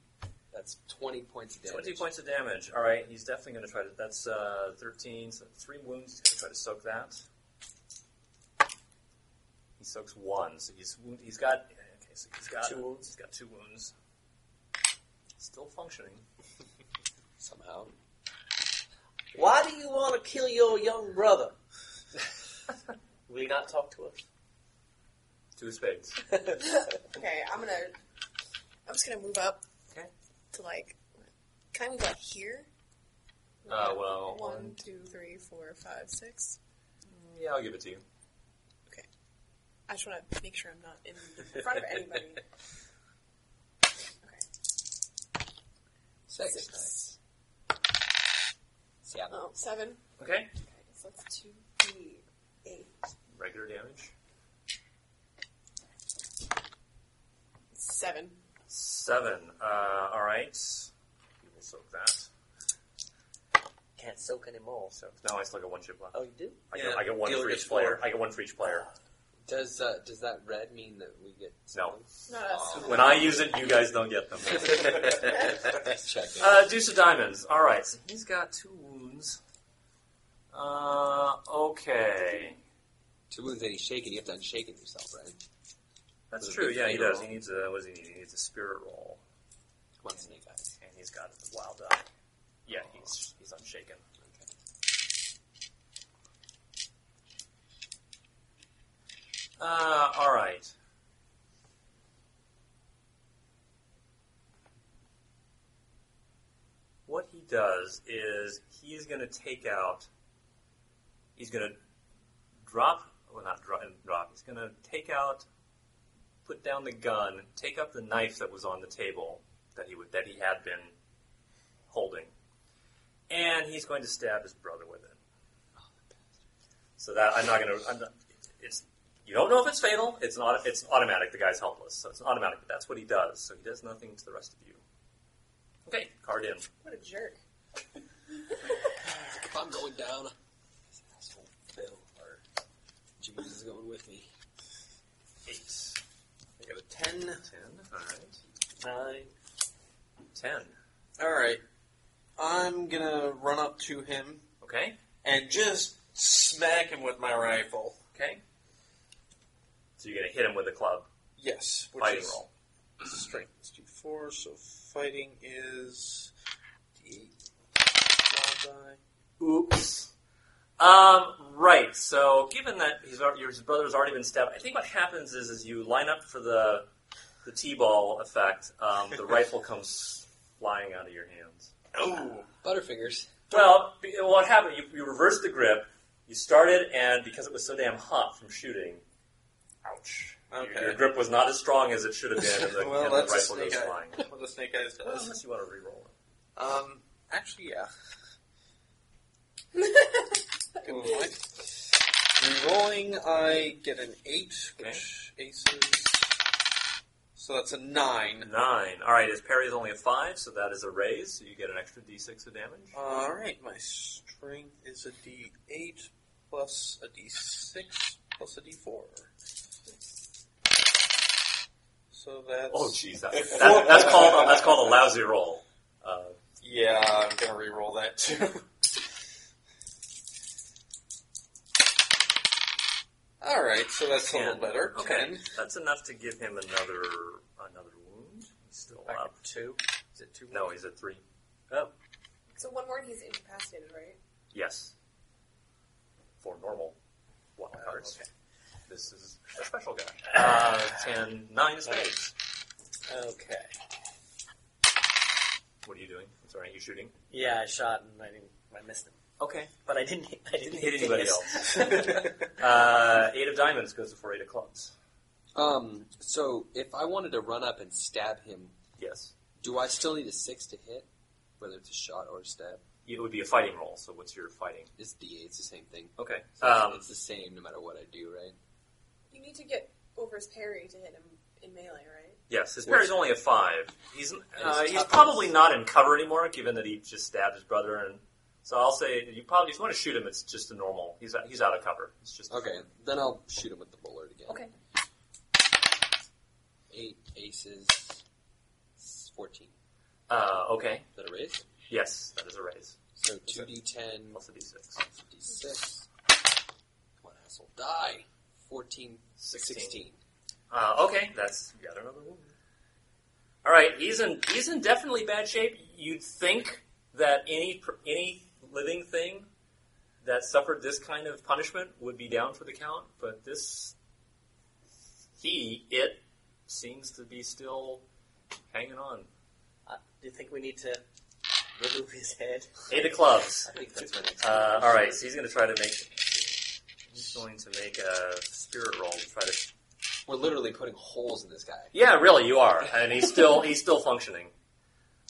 Speaker 6: That's 20 points of damage.
Speaker 2: 20 points of damage. All right, he's definitely going to try to. That's uh, 13, so three wounds. He's going to try to soak that. He soaks one, so he's wound, he's got. Okay, so he's got
Speaker 3: Two wounds.
Speaker 2: He's got two wounds. Still functioning.
Speaker 6: Somehow.
Speaker 3: Why do you want to kill your young brother? Will you not talk to us?
Speaker 2: Two spades.
Speaker 5: Okay, I'm gonna. I'm just gonna move up.
Speaker 2: Okay.
Speaker 5: To like, can I move like here?
Speaker 2: Uh, well,
Speaker 5: One, two, three, four, five, six.
Speaker 2: yeah, I'll give it to you.
Speaker 5: I just want to make sure I'm not in front of anybody.
Speaker 6: Six.
Speaker 5: Six.
Speaker 6: Yeah.
Speaker 5: Oh, seven.
Speaker 2: Okay.
Speaker 5: Okay, so that's two, three, eight,
Speaker 2: Regular damage.
Speaker 5: seven.
Speaker 2: Seven. Uh, all right. He will soak that.
Speaker 3: Can't soak anymore.
Speaker 2: So no, I still got one chip left.
Speaker 3: Oh, you do?
Speaker 2: I,
Speaker 4: Yeah,
Speaker 2: get, I get one
Speaker 4: dealer
Speaker 2: for
Speaker 4: gets
Speaker 2: each player.
Speaker 4: four.
Speaker 2: I get one for each player.
Speaker 6: Does uh, does that red mean that we get
Speaker 2: No.
Speaker 5: No, that's
Speaker 2: When I use it, you guys don't get them.
Speaker 6: Check it.
Speaker 2: Uh, Deuce of Diamonds. All right, so he's got two wounds. Uh, okay.
Speaker 6: Two wounds and he's shaken. You have to unshake it yourself, right?
Speaker 2: That's
Speaker 6: With a
Speaker 2: true.
Speaker 6: big
Speaker 2: Yeah, he
Speaker 6: finger
Speaker 2: does. He
Speaker 6: roll.
Speaker 2: needs a what does he need? He needs a spirit roll,
Speaker 6: Come on, snake eyes.
Speaker 2: and he's got the wild eye. Yeah, he's he's unshaken. Uh, all right. What he does is he is going to take out. He's going to drop. Well, not drop. Drop. He's going to take out put down the gun, take up the knife that was on the table that he would, that he had been holding, and he's going to stab his brother with it. So that I'm not going to. I'm not, it's you don't know if it's fatal. It's not. It's automatic. The guy's helpless, so it's automatic. But that's what he does. So he does nothing to the rest of you. Okay, card in.
Speaker 5: what a jerk.
Speaker 6: If I'm going down, this asshole Bill or Jimmy's is going with me.
Speaker 2: Eight.
Speaker 4: I got a ten.
Speaker 2: Ten. All right.
Speaker 3: Nine.
Speaker 2: Ten.
Speaker 4: All right. I'm gonna run up to him
Speaker 2: Okay.
Speaker 4: and just smack him with my rifle.
Speaker 2: Okay. So you're going to hit him with a club.
Speaker 4: Yes, which
Speaker 2: Fighting
Speaker 4: is
Speaker 2: roll.
Speaker 4: strength is D four, so fighting is D eight.
Speaker 2: Oops. Um, right. So, given that his, al- your, his brother's already been stabbed, I think what happens is, is you line up for the the t-ball effect. Um, the rifle comes flying out of your hands.
Speaker 4: Oh,
Speaker 6: Butterfingers.
Speaker 2: Well, be- what happened? You, you reversed the grip. You started, and because it was so damn hot from shooting, ouch. Your-
Speaker 4: Okay.
Speaker 2: Your grip was not as strong as it should have been, and the,
Speaker 4: well,
Speaker 2: and the
Speaker 4: that's
Speaker 2: rifle
Speaker 4: the
Speaker 2: goes
Speaker 4: snake eye.
Speaker 2: flying.
Speaker 4: What the snake eyes
Speaker 2: Well,
Speaker 4: does.
Speaker 2: unless you want to re-roll it.
Speaker 4: Um, actually, yeah. Good point. Rerolling, I get an eight, which aces. So that's a nine.
Speaker 2: Nine. All right, his parry is only a five, so that is a raise. So you get an extra d6 of damage.
Speaker 4: All right, my strength is a D8 plus a D6 plus a D4. So that's
Speaker 2: Oh, jeez, that,
Speaker 4: If-
Speaker 2: that, that's called um, that's called a lousy roll. Uh,
Speaker 4: yeah. I'm gonna re-roll that too. All right, so that's a
Speaker 2: Ten.
Speaker 4: little better.
Speaker 2: okay,
Speaker 4: Ten.
Speaker 2: that's enough to give him another another wound. He's still up.
Speaker 3: two. Is it two?
Speaker 2: No, he's at three.
Speaker 5: So one more and he's incapacitated, right?
Speaker 2: Yes, for normal wild cards. This is a special guy. Uh, ten, nine spades.
Speaker 3: Okay.
Speaker 2: What are you doing? I'm sorry, you shooting?
Speaker 3: Yeah, I shot and I didn't. I missed him,
Speaker 2: Okay.
Speaker 3: but I didn't. hit- I didn't,
Speaker 2: Didn't hit anybody
Speaker 3: his.
Speaker 2: else. Uh, eight of diamonds goes before eight of clubs.
Speaker 6: Um, so if I wanted to run up and stab him,
Speaker 2: Yes,
Speaker 6: do I still need a six to hit, whether it's a shot or a stab?
Speaker 2: it would be a fighting roll. So what's your fighting?
Speaker 6: It's D eight. It's the same thing.
Speaker 2: Okay.
Speaker 6: So it's-
Speaker 2: Um,
Speaker 6: it's the same no matter what I do, right?
Speaker 5: You need to get over his parry to hit him in melee, right?
Speaker 2: Yes, his parry's only a five. He's uh, he's
Speaker 6: his toughness.
Speaker 2: probably not in cover anymore, given that he just stabbed his brother. And so I'll say you probably if you want to shoot him, it's just a normal. He's he's out of cover. It's just
Speaker 6: Okay, then I'll shoot him with the bullard again.
Speaker 5: Okay.
Speaker 6: Eight aces, s- fourteen.
Speaker 2: Uh, okay.
Speaker 6: Is that a raise?
Speaker 2: Yes, that is a raise.
Speaker 6: So two d ten
Speaker 2: Plus a d6.
Speaker 6: plus d six. Come on, asshole, die. 14, 16.
Speaker 2: Uh, okay, that's you got another wound. All right, he's in he's in definitely bad shape. You'd think that any per- any living thing that suffered this kind of punishment would be down for the count, but this he it seems to be still hanging on.
Speaker 3: Uh, do you think we need to remove his head?
Speaker 2: Eight of clubs.
Speaker 6: I think that's my next.
Speaker 2: Uh, all right, so he's going to try to make. He's going to make a spirit roll to try to.
Speaker 6: We're literally putting holes in this guy.
Speaker 2: Yeah, really, you are, and he's still he's still functioning.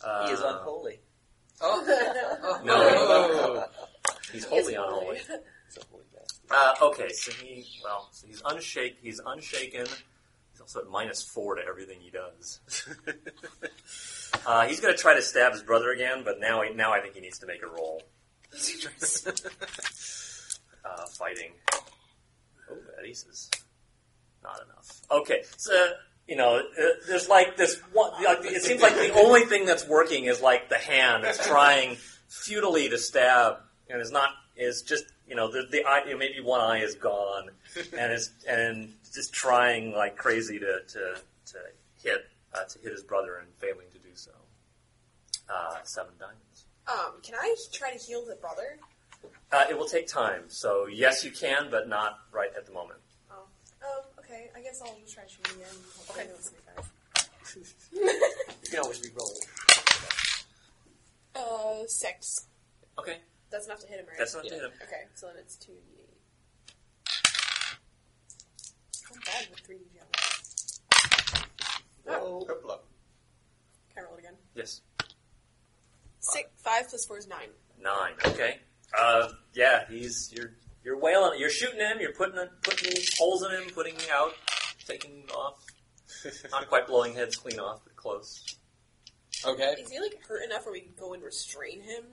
Speaker 2: Uh,
Speaker 3: he is unholy.
Speaker 6: Oh,
Speaker 2: No. He's
Speaker 5: He
Speaker 2: wholly
Speaker 5: is
Speaker 2: unholy.
Speaker 6: It's a holy bastard.
Speaker 2: Uh, okay, so he well, so he's unshaken. He's unshaken. He's also at minus four to everything he does. uh, he's going to try to stab his brother again, but now he, now I think he needs to make a roll. uh, fighting. Oh, that is not enough. Okay, so you know, uh, there's like this one. Like, it seems like the only thing that's working is like the hand that's trying futilely to stab, and is not is just you know the the eye you know, maybe one eye is gone, and is and just trying like crazy to to, to hit uh, to hit his brother and failing to do so. Uh, seven diamonds.
Speaker 5: Um, can I try to heal the brother?
Speaker 2: Uh, it will take time, so yes, you can, but not right at the moment.
Speaker 5: Um, okay, I guess I'll just try shooting him. Okay.
Speaker 3: You can always re-roll.
Speaker 5: Uh, six.
Speaker 2: Okay,
Speaker 5: That's enough to hit him, right?
Speaker 2: that's not
Speaker 6: Yeah.
Speaker 2: him.
Speaker 5: Okay, so then it's 2 d I'm bad with 3 d
Speaker 9: Whoa. Hoopla.
Speaker 5: Oh. Can I roll it again?
Speaker 2: Yes,
Speaker 5: Six, 5 plus 4 is 9.
Speaker 2: nine. Okay, uh, yeah, he's you're you're wailing, you're shooting him, you're putting putting holes in him, putting him out, taking him off. Not quite blowing heads clean off, but close.
Speaker 6: Okay.
Speaker 5: Is he, like, hurt enough where we can go and restrain him?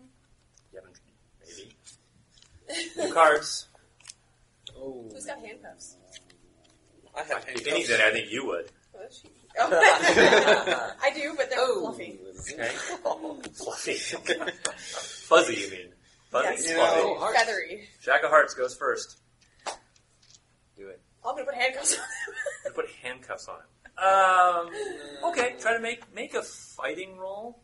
Speaker 2: You haven't maybe New cards.
Speaker 6: Oh.
Speaker 5: Who's got handcuffs?
Speaker 4: I have
Speaker 2: If anything, I think you would.
Speaker 5: Oh, that's cheap. Oh. I do, but they're fluffy.
Speaker 2: Okay, fluffy, fuzzy. You mean fuzzy?
Speaker 5: Yes.
Speaker 2: Fluffy.
Speaker 6: Oh, heart.
Speaker 5: Feathery.
Speaker 2: Jack of Hearts goes first.
Speaker 6: Do it.
Speaker 5: I'm gonna put handcuffs on him.
Speaker 2: I put handcuffs on him. Um, okay, try to make make a fighting roll.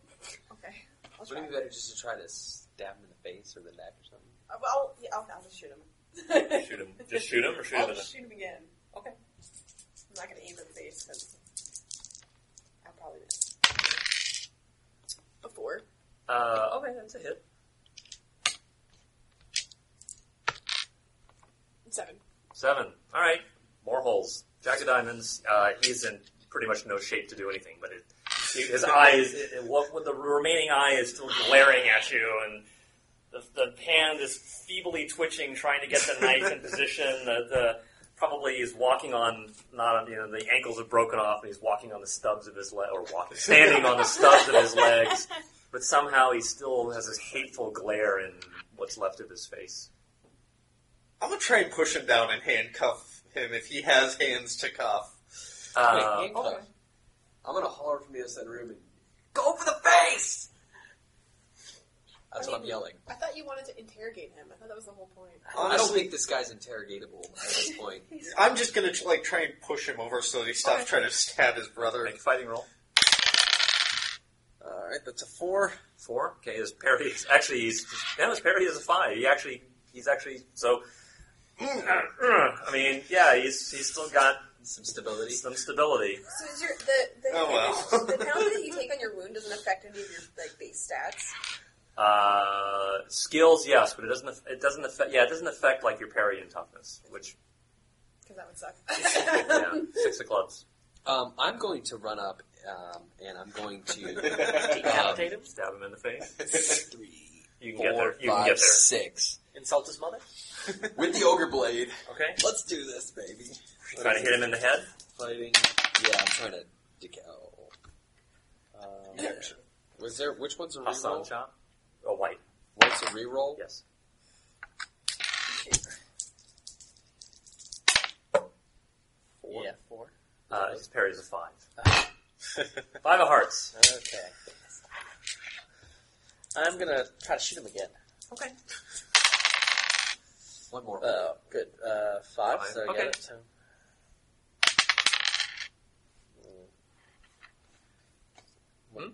Speaker 5: okay. I'll try.
Speaker 6: Wouldn't it be better just to try to stab him in the face or the neck or something?
Speaker 5: Uh, well, I'll, yeah, I'll, I'll just shoot him.
Speaker 2: Shoot him. Just shoot him or shoot him.
Speaker 5: I'll
Speaker 2: in the-
Speaker 5: just shoot him again. Okay. I'm not gonna aim at the face because I'll probably miss. A four.
Speaker 2: Uh, okay, that's a hit.
Speaker 5: Seven.
Speaker 2: Seven. All right, more holes. Jack of Diamonds. Uh, he's in pretty much no shape to do anything, but it, he- his eyes, it, it- what what the remaining eye is still glaring at you, and the, the hand is feebly twitching, trying to get the knife in position. The, the probably he's walking on not on you know the ankles are broken off, and he's walking on the stubs of his leg, or walking, standing on the stubs of his legs, but somehow he still has this hateful glare in what's left of his face.
Speaker 4: I'm gonna try and push him down and handcuff him if he has hands to cuff.
Speaker 2: Uh,
Speaker 6: Wait, handcuff. I'm gonna holler from the other side of the room and go for the face. That's what I'm yelling.
Speaker 5: I thought you wanted to interrogate him. I thought that was the whole point.
Speaker 6: I don't
Speaker 4: Honestly,
Speaker 6: think this guy's interrogatable at this point.
Speaker 4: I'm just gonna like try and push him over so that he stops
Speaker 2: Okay.
Speaker 4: trying to stab his brother.
Speaker 2: make a fighting roll.
Speaker 4: All right, that's a four.
Speaker 2: Four. Okay, his parry is actually he's yeah, his parry is a five. He actually he's actually so. I mean, yeah, he's he's still got
Speaker 6: Some stability.
Speaker 2: some stability.
Speaker 5: So is your the the,
Speaker 4: Oh, well.
Speaker 5: the penalty that you take on your wound doesn't affect any of your like base stats?
Speaker 2: Uh, skills, yes, but it doesn't aff- it doesn't affect yeah it doesn't affect like your parry and toughness, which
Speaker 5: Because that would
Speaker 2: yeah,
Speaker 5: suck.
Speaker 2: six of clubs.
Speaker 6: Um, I'm going to run up um, and I'm going to
Speaker 3: Decapitate him?
Speaker 2: Stab him in the face.
Speaker 6: three,
Speaker 2: You can get
Speaker 6: four,
Speaker 2: there. You can
Speaker 6: five,
Speaker 2: get there.
Speaker 6: six
Speaker 3: Insult his mother?
Speaker 6: with the ogre blade.
Speaker 2: Okay.
Speaker 6: Let's do this, baby.
Speaker 2: Try to hit him in the head.
Speaker 6: Fighting. Yeah, I'm trying to. Deca- oh. um, was there which one's a
Speaker 2: Hassan
Speaker 6: reroll?
Speaker 2: chop. Oh, white.
Speaker 6: What's a reroll?
Speaker 2: Yes.
Speaker 3: Yeah, four.
Speaker 2: Uh, his parry is a five. Five of hearts.
Speaker 3: Okay. I'm gonna try to shoot him again.
Speaker 2: Okay.
Speaker 6: One more.
Speaker 3: Oh, good. Uh, five,
Speaker 2: Five.
Speaker 3: so I
Speaker 2: Okay.
Speaker 3: got it. So.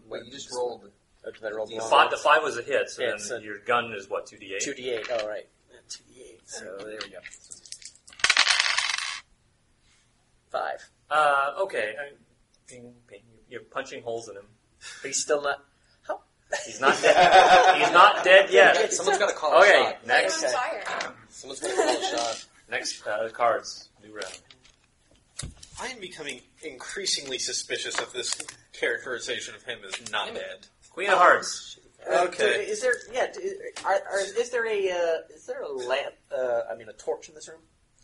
Speaker 6: Wait, you just rolled.
Speaker 3: Oh, did I roll
Speaker 2: The
Speaker 6: Wow.
Speaker 2: five, the five was a hit, so
Speaker 3: Yeah,
Speaker 2: then
Speaker 3: so-
Speaker 2: your gun is what two d eight.
Speaker 3: Two D eight. All right. Two D eight. So there we go. Five.
Speaker 2: Uh, okay. I- Ping, ping. You're punching holes in him.
Speaker 3: But he's still not. How?
Speaker 2: He's not dead. He's not dead yet.
Speaker 6: Someone's got to call a
Speaker 2: Okay,
Speaker 6: shot.
Speaker 2: next,
Speaker 5: I'm on fire.
Speaker 6: Someone's got to call a shot.
Speaker 2: next uh, cards. New round.
Speaker 4: I'm becoming increasingly suspicious of this characterization of him as not dead.
Speaker 2: Queen of Hearts.
Speaker 4: Okay.
Speaker 3: Uh, Is there? Yeah. do- Are, are, is there a? Uh, is there a lamp? Uh, I mean, a torch in this room?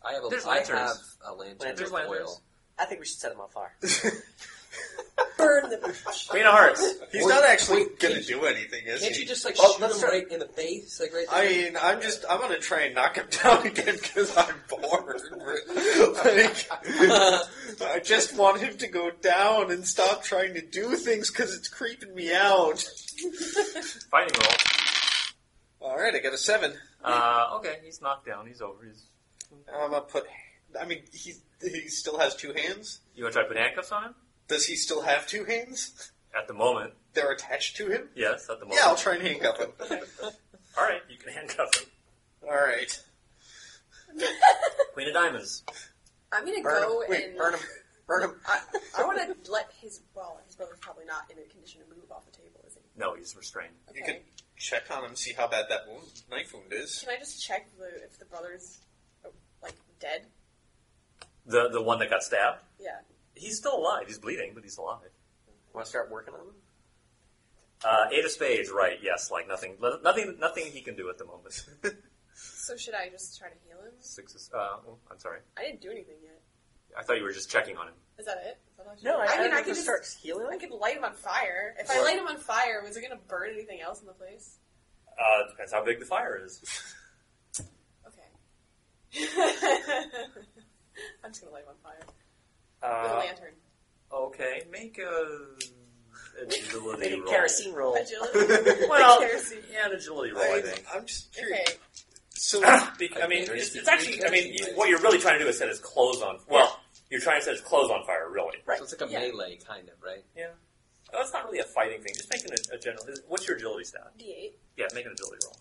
Speaker 6: I have a,
Speaker 2: There's
Speaker 6: I
Speaker 2: lanterns.
Speaker 6: have a lantern
Speaker 3: Lanterns.
Speaker 6: with
Speaker 2: There's lanterns.
Speaker 6: oil.
Speaker 3: I think we should set him on fire.
Speaker 5: burn the bridge.
Speaker 2: Queen of Hearts.
Speaker 4: He's
Speaker 6: Wait,
Speaker 4: not actually
Speaker 6: wait,
Speaker 4: going to
Speaker 6: can't
Speaker 4: do anything, is
Speaker 6: Can't
Speaker 4: he?
Speaker 6: you just like
Speaker 4: Oh,
Speaker 6: shoot
Speaker 4: let's
Speaker 6: him
Speaker 4: try-
Speaker 6: right in the face, like right?
Speaker 4: I
Speaker 6: there?
Speaker 4: mean, I'm just, I'm gonna try and knock him down again because I'm bored. like, I just want him to go down and stop trying to do things because it's creeping me out.
Speaker 2: Fighting roll.
Speaker 4: Alright, I got a seven.
Speaker 2: Uh, okay, he's knocked down. He's over. He's,
Speaker 4: I'm gonna put, I mean, he, he still has two hands?
Speaker 2: you want to try to put handcuffs on him?
Speaker 4: Does he still have two hands?
Speaker 2: At the moment,
Speaker 4: They're attached to him?
Speaker 2: yes. At the moment.
Speaker 4: Yeah, I'll try and handcuff him.
Speaker 2: All right, you can handcuff him.
Speaker 4: Alright.
Speaker 2: Queen of Diamonds.
Speaker 5: I'm gonna
Speaker 4: Burn him.
Speaker 5: go
Speaker 4: Wait,
Speaker 5: and
Speaker 4: burn him. Burn him.
Speaker 5: I, I want to let his well, his brother's probably not in a condition to move off the table, is he?
Speaker 2: No, he's restrained.
Speaker 5: Okay.
Speaker 4: You can check on him, see how bad that wound, knife wound is.
Speaker 5: Can I just check the, if the brother's uh, like dead?
Speaker 2: The the one that got stabbed.
Speaker 5: Yeah.
Speaker 2: He's still alive. He's bleeding, but he's alive.
Speaker 4: Want to start working on him?
Speaker 2: Uh, eight of spades, right? Yes, like nothing, nothing, nothing he can do at the moment.
Speaker 5: So should I just try to heal him?
Speaker 2: Six is. Uh, oh, I'm sorry.
Speaker 5: I didn't do anything yet.
Speaker 2: I thought you were just checking on him.
Speaker 5: Is that it? Is that all
Speaker 8: No, I,
Speaker 5: I mean I
Speaker 8: can
Speaker 5: could just
Speaker 8: start healing.
Speaker 5: I could light him on fire. If I
Speaker 4: Or-
Speaker 5: light him on fire, was it going to burn anything else in the place?
Speaker 2: Uh, depends how big the fire is.
Speaker 5: Okay. I'm just going to light him on fire with a
Speaker 8: Oh,
Speaker 2: Uh,
Speaker 5: lantern.
Speaker 2: okay, make a agility
Speaker 8: Make a
Speaker 2: roll.
Speaker 8: kerosene roll.
Speaker 5: Agility.
Speaker 2: Well,
Speaker 5: Kerosene.
Speaker 2: yeah, an agility roll. I
Speaker 4: I,
Speaker 2: think. Ah,
Speaker 4: I'm just curious.
Speaker 5: Okay.
Speaker 4: So,
Speaker 2: Bec- I mean, it's,
Speaker 6: Thirsty.
Speaker 2: it's actually. I mean, you, what you're really trying to do is set his clothes on. Well, you're trying to set his clothes on fire, really.
Speaker 6: So it's like a
Speaker 5: Yeah.
Speaker 6: melee kind of, right?
Speaker 2: Oh, That's not really a fighting thing. Just making a, a general. What's your agility stat?
Speaker 5: D8.
Speaker 2: Yeah, make an agility roll.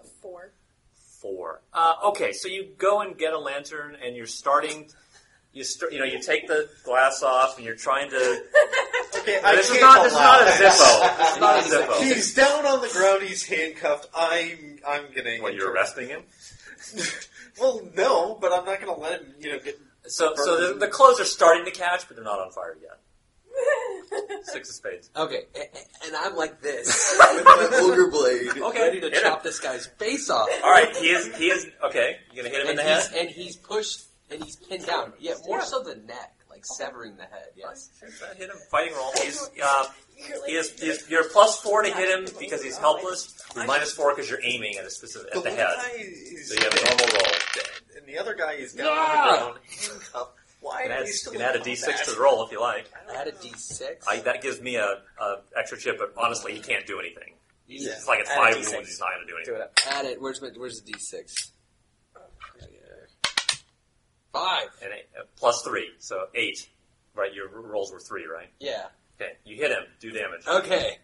Speaker 5: A 4.
Speaker 2: Four. Uh, okay, so you go and get a lantern, and you're starting. You start. You know, you take the glass off, and you're trying to.
Speaker 4: okay, I
Speaker 2: this is
Speaker 4: can't
Speaker 2: not. This is
Speaker 4: allow
Speaker 2: not a
Speaker 4: that.
Speaker 2: Zippo. This is not a Zippo.
Speaker 4: He's down on the ground. He's handcuffed. I'm. I'm gonna.
Speaker 2: What you're
Speaker 4: arrested?
Speaker 2: arresting him?
Speaker 4: well, no, but I'm not gonna let him. You know, get.
Speaker 2: So, so the, the clothes are starting to catch, but they're not on fire yet. Six of spades.
Speaker 6: Okay, a- a- and I'm like this with my ogre blade,
Speaker 2: Okay,
Speaker 6: ready to
Speaker 2: hit
Speaker 6: chop this guy's face off.
Speaker 2: All right, he is. He is okay. You gonna hit him in
Speaker 6: and
Speaker 2: the
Speaker 6: he's,
Speaker 2: head?
Speaker 6: and he's pushed and he's pinned down. Yeah, more so the neck, like severing the head. Yes.
Speaker 2: Hit him. Fighting roll. He's. Uh,
Speaker 5: You're like,
Speaker 2: He is, he is, you're plus four to hit him because he's helpless. You're minus four because you're aiming at a specific at the
Speaker 4: one
Speaker 2: head.
Speaker 4: guy is
Speaker 2: So you have a normal roll.
Speaker 4: dead, and the other guy is down
Speaker 6: Yeah.
Speaker 4: on the ground, handcuffed. Why
Speaker 2: You can
Speaker 4: are
Speaker 2: add,
Speaker 4: you
Speaker 2: you
Speaker 4: still
Speaker 2: can add a
Speaker 4: in
Speaker 2: d6 to the
Speaker 4: combat?
Speaker 2: roll if you like.
Speaker 6: Add a d6.
Speaker 2: I, that gives me a, a extra chip, but honestly, he can't do anything. He's
Speaker 6: Yeah.
Speaker 2: it's like at
Speaker 4: Add a
Speaker 2: five
Speaker 4: D6.
Speaker 2: wounds, he's not going to do
Speaker 4: Do
Speaker 2: anything.
Speaker 4: it.
Speaker 6: Add it. Where's my, where's the d6? Five.
Speaker 2: And it, uh, plus three, so eight. Right, your r- rolls were three, right?
Speaker 6: Yeah.
Speaker 2: Okay, you hit him, do damage.
Speaker 6: Oh. Okay.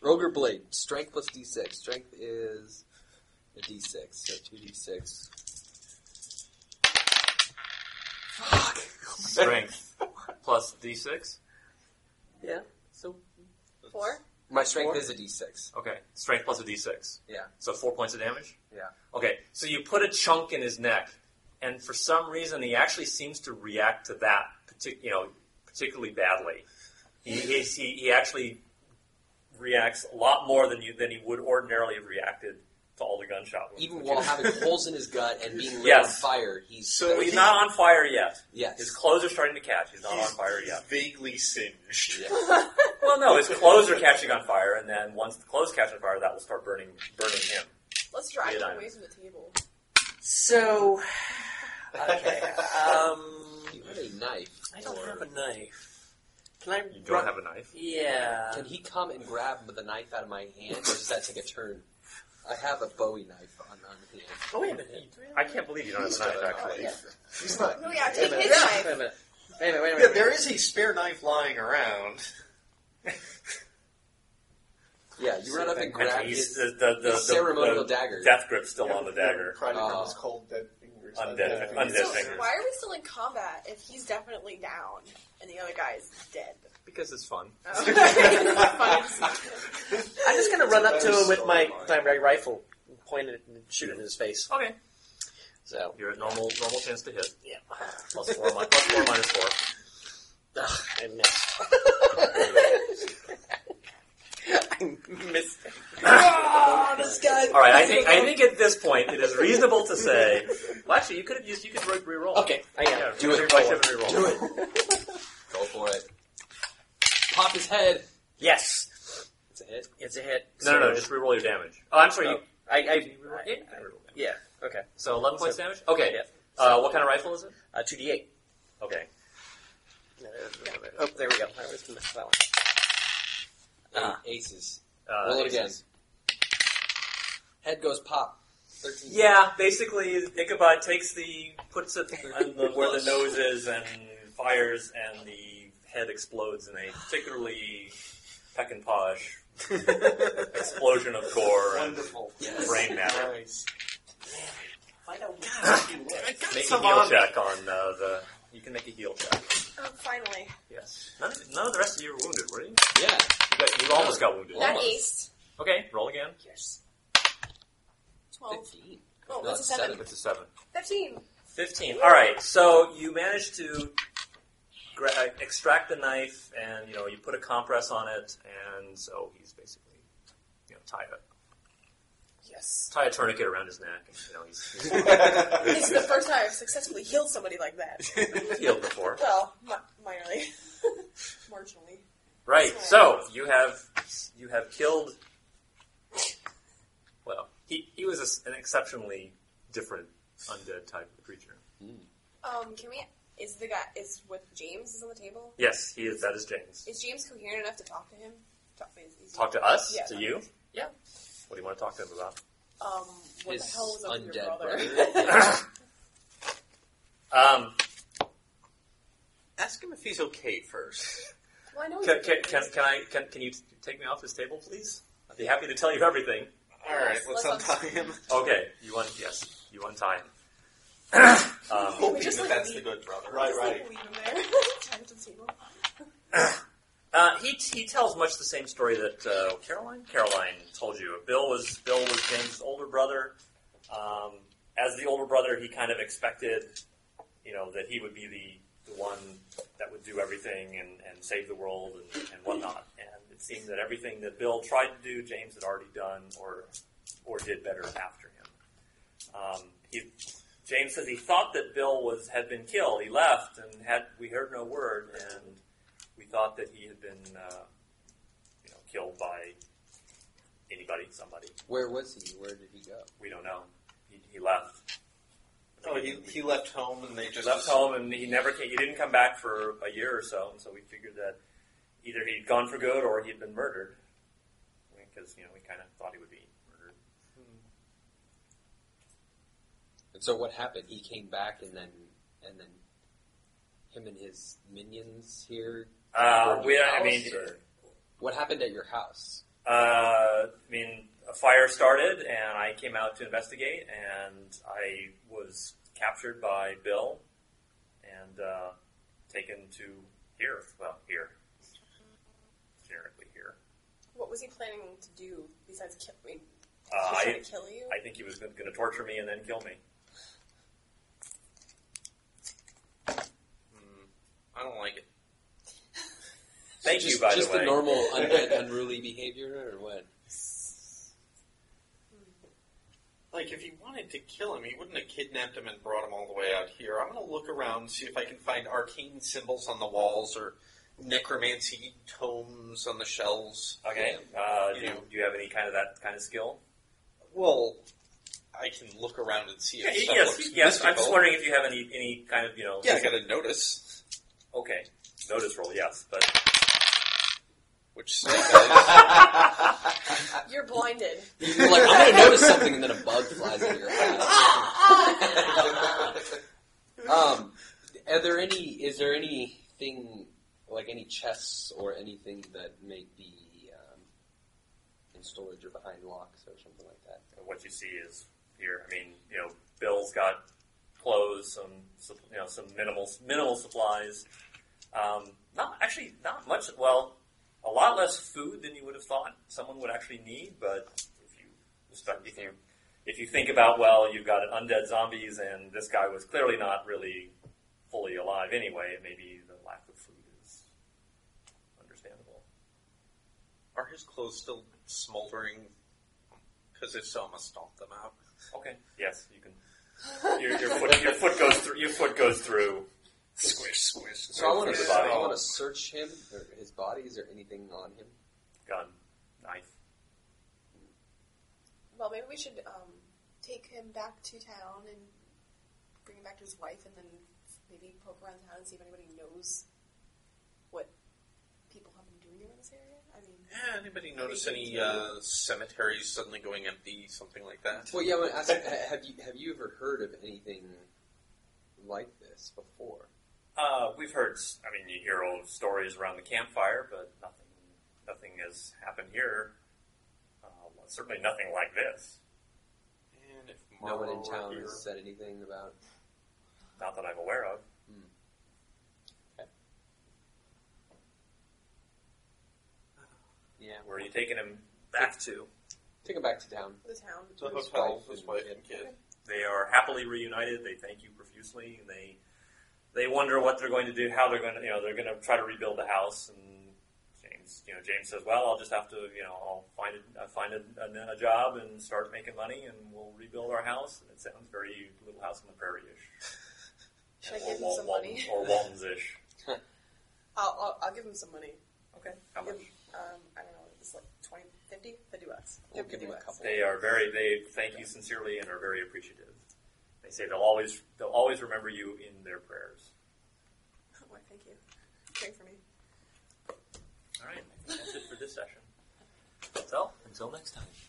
Speaker 6: Roger blade. Strength plus d6. Strength is a d6. So two d6. Fuck.
Speaker 2: Strength plus d6.
Speaker 8: Yeah. So
Speaker 5: 4.
Speaker 6: My strength is a d6.
Speaker 2: Okay, strength plus a d6.
Speaker 6: Yeah.
Speaker 2: So four points of damage?
Speaker 6: Yeah.
Speaker 2: Okay, so you put a chunk in his neck, and for some reason he actually seems to react to that, partic- you know, particularly badly. He, he, he, he actually reacts a lot more than you than he would ordinarily have reacted to all the gunshot wounds.
Speaker 6: Even while having holes in his gut and being lit
Speaker 2: Yes.
Speaker 6: on fire, he's
Speaker 4: So
Speaker 2: he's
Speaker 4: he-
Speaker 2: not on fire yet.
Speaker 6: yes.
Speaker 2: His clothes are starting to catch. He's not
Speaker 4: He's-
Speaker 2: on fire
Speaker 4: he's
Speaker 2: yet.
Speaker 4: Vaguely singed.
Speaker 6: Yeah.
Speaker 2: Well, no, his clothes are catching on fire, and then once the clothes catch on fire, that will start burning burning him.
Speaker 5: Let's drive
Speaker 2: Yeah.
Speaker 5: him away from the table.
Speaker 8: so okay. Um,
Speaker 6: Do you have a knife?
Speaker 8: I don't
Speaker 6: or-
Speaker 8: have a knife. Can I?
Speaker 2: You don't have a knife.
Speaker 8: Yeah.
Speaker 6: Can he come and grab the knife out of my hand, or does that take a turn? I have a Bowie knife on, on hand.
Speaker 8: Oh wait a minute.
Speaker 2: I can't believe you don't have a knife. Actually,
Speaker 4: He's not.
Speaker 5: No, Oh, yeah,
Speaker 8: Wait a
Speaker 5: take
Speaker 8: minute.
Speaker 5: his
Speaker 4: Yeah.
Speaker 8: Wait a
Speaker 5: knife.
Speaker 8: minute. Wait a minute. Wait a
Speaker 4: Yeah,
Speaker 8: minute.
Speaker 4: there is a spare knife lying around.
Speaker 6: Yeah, you run up and
Speaker 2: And
Speaker 6: grab
Speaker 2: he's-
Speaker 6: his,
Speaker 2: the, the, the,
Speaker 6: his
Speaker 2: the-
Speaker 6: ceremonial
Speaker 2: the
Speaker 6: dagger.
Speaker 2: death grip still on the dagger.
Speaker 9: Crying
Speaker 6: Oh.
Speaker 4: Uh-huh.
Speaker 9: from his cold, dead fingers.
Speaker 2: Undead-
Speaker 9: Yeah.
Speaker 2: undead
Speaker 5: So
Speaker 2: fingers.
Speaker 5: why are we still in combat if he's definitely down and the other guy is dead?
Speaker 2: Because it's fun.
Speaker 5: Oh. It's funny to see.
Speaker 8: I'm just gonna run up to him with my
Speaker 9: storyline.
Speaker 8: primary rifle, and point it and shoot it in his face.
Speaker 2: Okay.
Speaker 8: So
Speaker 2: You're at normal normal chance to hit.
Speaker 8: yeah,
Speaker 2: Plus four, mi- plus four minus four.
Speaker 8: Ugh, I missed. I missed. Ah, this guy.
Speaker 2: All right. I think I think at this point it is reasonable to say. Well, actually, you could have used you could re- re-roll.
Speaker 8: Okay, I got
Speaker 2: Yeah,
Speaker 8: it.
Speaker 6: Do it.
Speaker 2: re- re- re- re-roll.
Speaker 6: Go for it. Pop his head.
Speaker 8: Yes,
Speaker 6: It's a hit.
Speaker 8: it's a hit.
Speaker 2: No, no, no. Just reroll your damage. Oh, I'm sorry. You,
Speaker 8: Oh. I, I,
Speaker 2: you reroll, yeah, you can reroll damage.
Speaker 8: yeah, okay.
Speaker 2: So 11 points damage? Okay.
Speaker 8: Yeah.
Speaker 2: Uh, what kind of rifle is it?
Speaker 8: Uh, 2d8.
Speaker 2: Okay.
Speaker 8: Oh, there we go. I was missed that one. Ah.
Speaker 6: Aces.
Speaker 2: Uh-huh. Uh,
Speaker 6: Roll it
Speaker 2: it's-
Speaker 6: again. Head goes pop. 13.
Speaker 2: Yeah, basically, Ichabod takes the, puts it on the, where the nose is and fires, and the head explodes in a particularly peck and posh explosion of gore and
Speaker 4: Wonderful.
Speaker 2: uh, brain matter.
Speaker 4: Nice.
Speaker 8: Find out God, you look.
Speaker 4: I got
Speaker 2: Make a
Speaker 4: some
Speaker 2: heal
Speaker 4: on me.
Speaker 2: check on uh, the. You can make a heal check.
Speaker 5: Oh, finally.
Speaker 2: Yes. None of, none of the rest of you were wounded, were you? You,
Speaker 6: Yeah.
Speaker 2: got, you almost got wounded.
Speaker 5: Not aced.
Speaker 2: Okay, roll again.
Speaker 5: Yes. 12.
Speaker 6: 15.
Speaker 5: Oh,
Speaker 6: No,
Speaker 5: that's a
Speaker 6: it's
Speaker 5: 7.
Speaker 6: seven.
Speaker 2: It's a seven.
Speaker 5: 15.
Speaker 2: 15. All right, so you managed to gra- uh, extract the knife, and you know you put a compress on it, and so he's basically you know tie a
Speaker 5: Yes.
Speaker 2: tie a tourniquet around his neck, and you know he's,
Speaker 5: This is the first time I've successfully healed somebody like that.
Speaker 2: he's healed before.
Speaker 5: Well, mi- minorly. Marginally.
Speaker 2: Right. So you have you have killed. Well, he he was a s an exceptionally different undead type of creature.
Speaker 5: Um, can we. Is the guy. Is what James is on the table?
Speaker 2: Yes, he is. That is James.
Speaker 5: Is James coherent enough to talk to him? Talk, is, is
Speaker 2: Talk to us.
Speaker 5: Yeah.
Speaker 2: To you.
Speaker 5: Yeah.
Speaker 2: What do you want to talk to him about?
Speaker 5: Um, what
Speaker 6: His
Speaker 5: the hell was up with your
Speaker 6: undead
Speaker 5: brother?
Speaker 2: Um,
Speaker 4: Ask him if he's okay first.
Speaker 5: well, I know
Speaker 2: Can,
Speaker 5: he's-
Speaker 2: can, can, can I? Can, can you t- take me off this table, please? I'd be happy to tell you everything.
Speaker 4: All right,
Speaker 5: Let's
Speaker 4: let's untie him.
Speaker 2: Okay, you want? Yes, you untie him. um,
Speaker 5: we
Speaker 9: Hoping
Speaker 5: just,
Speaker 9: that
Speaker 5: like,
Speaker 9: that's the
Speaker 5: leave-
Speaker 9: good brother.
Speaker 5: Just, like, leave him there. Tie him to the table.
Speaker 2: uh, he, he tells much the same story that uh, Caroline Caroline told you. Bill was Bill was James' older brother. Um, as the older brother, he kind of expected, you know, that he would be the, the one that would do everything and, and save the world and, and whatnot. And it seemed that everything that Bill tried to do, James had already done or or did better after him. Um, he, James says he thought that Bill was had been killed. He left and had we heard no word, and we thought that he had been uh, you know killed by anybody, somebody.
Speaker 6: Where was he? Where did he go?
Speaker 2: We don't know. He, he left.
Speaker 4: Oh, he, he left home and they
Speaker 2: He
Speaker 4: just
Speaker 2: left home and he never came, he didn't come back for a year or so, and so we figured that either he'd gone for good or he'd been murdered. Because you know we kind of thought he would be murdered.
Speaker 6: And so what happened? He came back and then and then him and his minions here.
Speaker 2: Uh,
Speaker 6: Burned
Speaker 2: we,
Speaker 6: your
Speaker 2: I
Speaker 6: house,
Speaker 2: mean,
Speaker 6: or- What happened at your house?
Speaker 2: Uh, I mean, a fire started, and I came out to investigate, and I was captured by Bill and uh, taken to here. Well, here. Generically here.
Speaker 5: What was he planning to do besides kill me?
Speaker 2: Uh,
Speaker 5: Was he
Speaker 2: I,
Speaker 5: trying to kill you?
Speaker 2: I think he was going to torture me and then kill me.
Speaker 4: Hmm, I don't like it.
Speaker 2: Thank
Speaker 6: just,
Speaker 2: you, by
Speaker 6: just
Speaker 2: the way.
Speaker 6: normal undead, unruly behavior, or what?
Speaker 4: Like, if he wanted to kill him, he wouldn't have kidnapped him and brought him all the way out here. I'm going to look around, see if I can find arcane symbols on the walls or necromancy tomes on the shelves.
Speaker 2: Okay. Uh, do, you,
Speaker 4: Yeah.
Speaker 2: do you have any kind of that kind of skill?
Speaker 4: Well, I can look around and see if stuff
Speaker 2: yes,
Speaker 4: looks
Speaker 2: yes. I'm just
Speaker 4: mystical.
Speaker 2: wondering if you have any any kind of you know.
Speaker 4: Yeah, I got a notice,
Speaker 2: Okay. Notice roll, yes, but
Speaker 4: which says
Speaker 5: You're blinded.
Speaker 6: You're like, I'm gonna notice something, and then a bug flies into your house. um, are there any? Is there anything like any chests or anything that may be um, in storage or behind locks or something like that?
Speaker 2: And what you see is here. I mean, you know, Bill's got clothes, some sup- you know, some minimal minimal supplies. Um, not actually not much. Well, a lot less food than you would have thought someone would actually need. But if you if you if you think about well, you've got undead zombies, and this guy was clearly not really fully alive anyway. Maybe the lack of food is understandable.
Speaker 4: Are his clothes still smoldering? Because if so, I'm going to stomp them out.
Speaker 2: Okay. Yes, you can. Your, your foot your foot goes through your foot goes through
Speaker 4: Squish, squish, squish.
Speaker 6: So I want
Speaker 2: His
Speaker 6: to
Speaker 2: body.
Speaker 6: I want to search him or his body. Is there anything on him?
Speaker 2: Gun, knife.
Speaker 5: Well, maybe we should um, take him back to town and bring him back to his wife, and then maybe poke around town and see if anybody knows what people have been doing around this area. I mean,
Speaker 4: Yeah, anybody notice any uh, cemeteries suddenly going empty, something like that?
Speaker 6: Well, yeah. I want to ask, ha- have you have you ever heard of anything like this before?
Speaker 2: Uh, we've heard. s- I mean, you hear old stories around the campfire, but nothing, nothing has happened here. Uh, well, certainly nothing like this.
Speaker 4: And if
Speaker 6: No one in
Speaker 4: Marlowe
Speaker 6: town
Speaker 4: were here-
Speaker 6: has said anything about.
Speaker 2: Not that I'm aware of.
Speaker 6: Yeah.
Speaker 2: Where are you taking him back to?
Speaker 6: Take him back to town.
Speaker 5: the town.
Speaker 9: The
Speaker 6: His
Speaker 9: hotel,
Speaker 6: wife
Speaker 9: his
Speaker 6: and
Speaker 9: wife
Speaker 6: kid.
Speaker 9: and kid.
Speaker 2: They are happily reunited. They thank you profusely, and they they wonder what they're going to do, how they're going to, you know, they're going to try to rebuild the house. And James, you know, James says, "Well, I'll just have to, you know, I'll find a, I'll find a, a, a job and start making money, and we'll rebuild our house." And it sounds very Little House on the Prairie-ish.
Speaker 5: Should I
Speaker 2: or
Speaker 5: give him
Speaker 2: Wal-
Speaker 5: some
Speaker 2: Walton-
Speaker 5: money?
Speaker 2: Or Walton's ish.
Speaker 5: I'll, I'll, I'll give him some money.
Speaker 2: Okay. How
Speaker 5: Give,
Speaker 2: much?
Speaker 5: um, I don't know, it's like 20, 50, 50 bucks.
Speaker 6: We'll give him a couple.
Speaker 2: They are very. They thank you sincerely and are very appreciative. They say they'll always they'll always remember you in their prayers.
Speaker 5: Why, thank you. Pray for me.
Speaker 2: All right. That's it for this session. So until next time.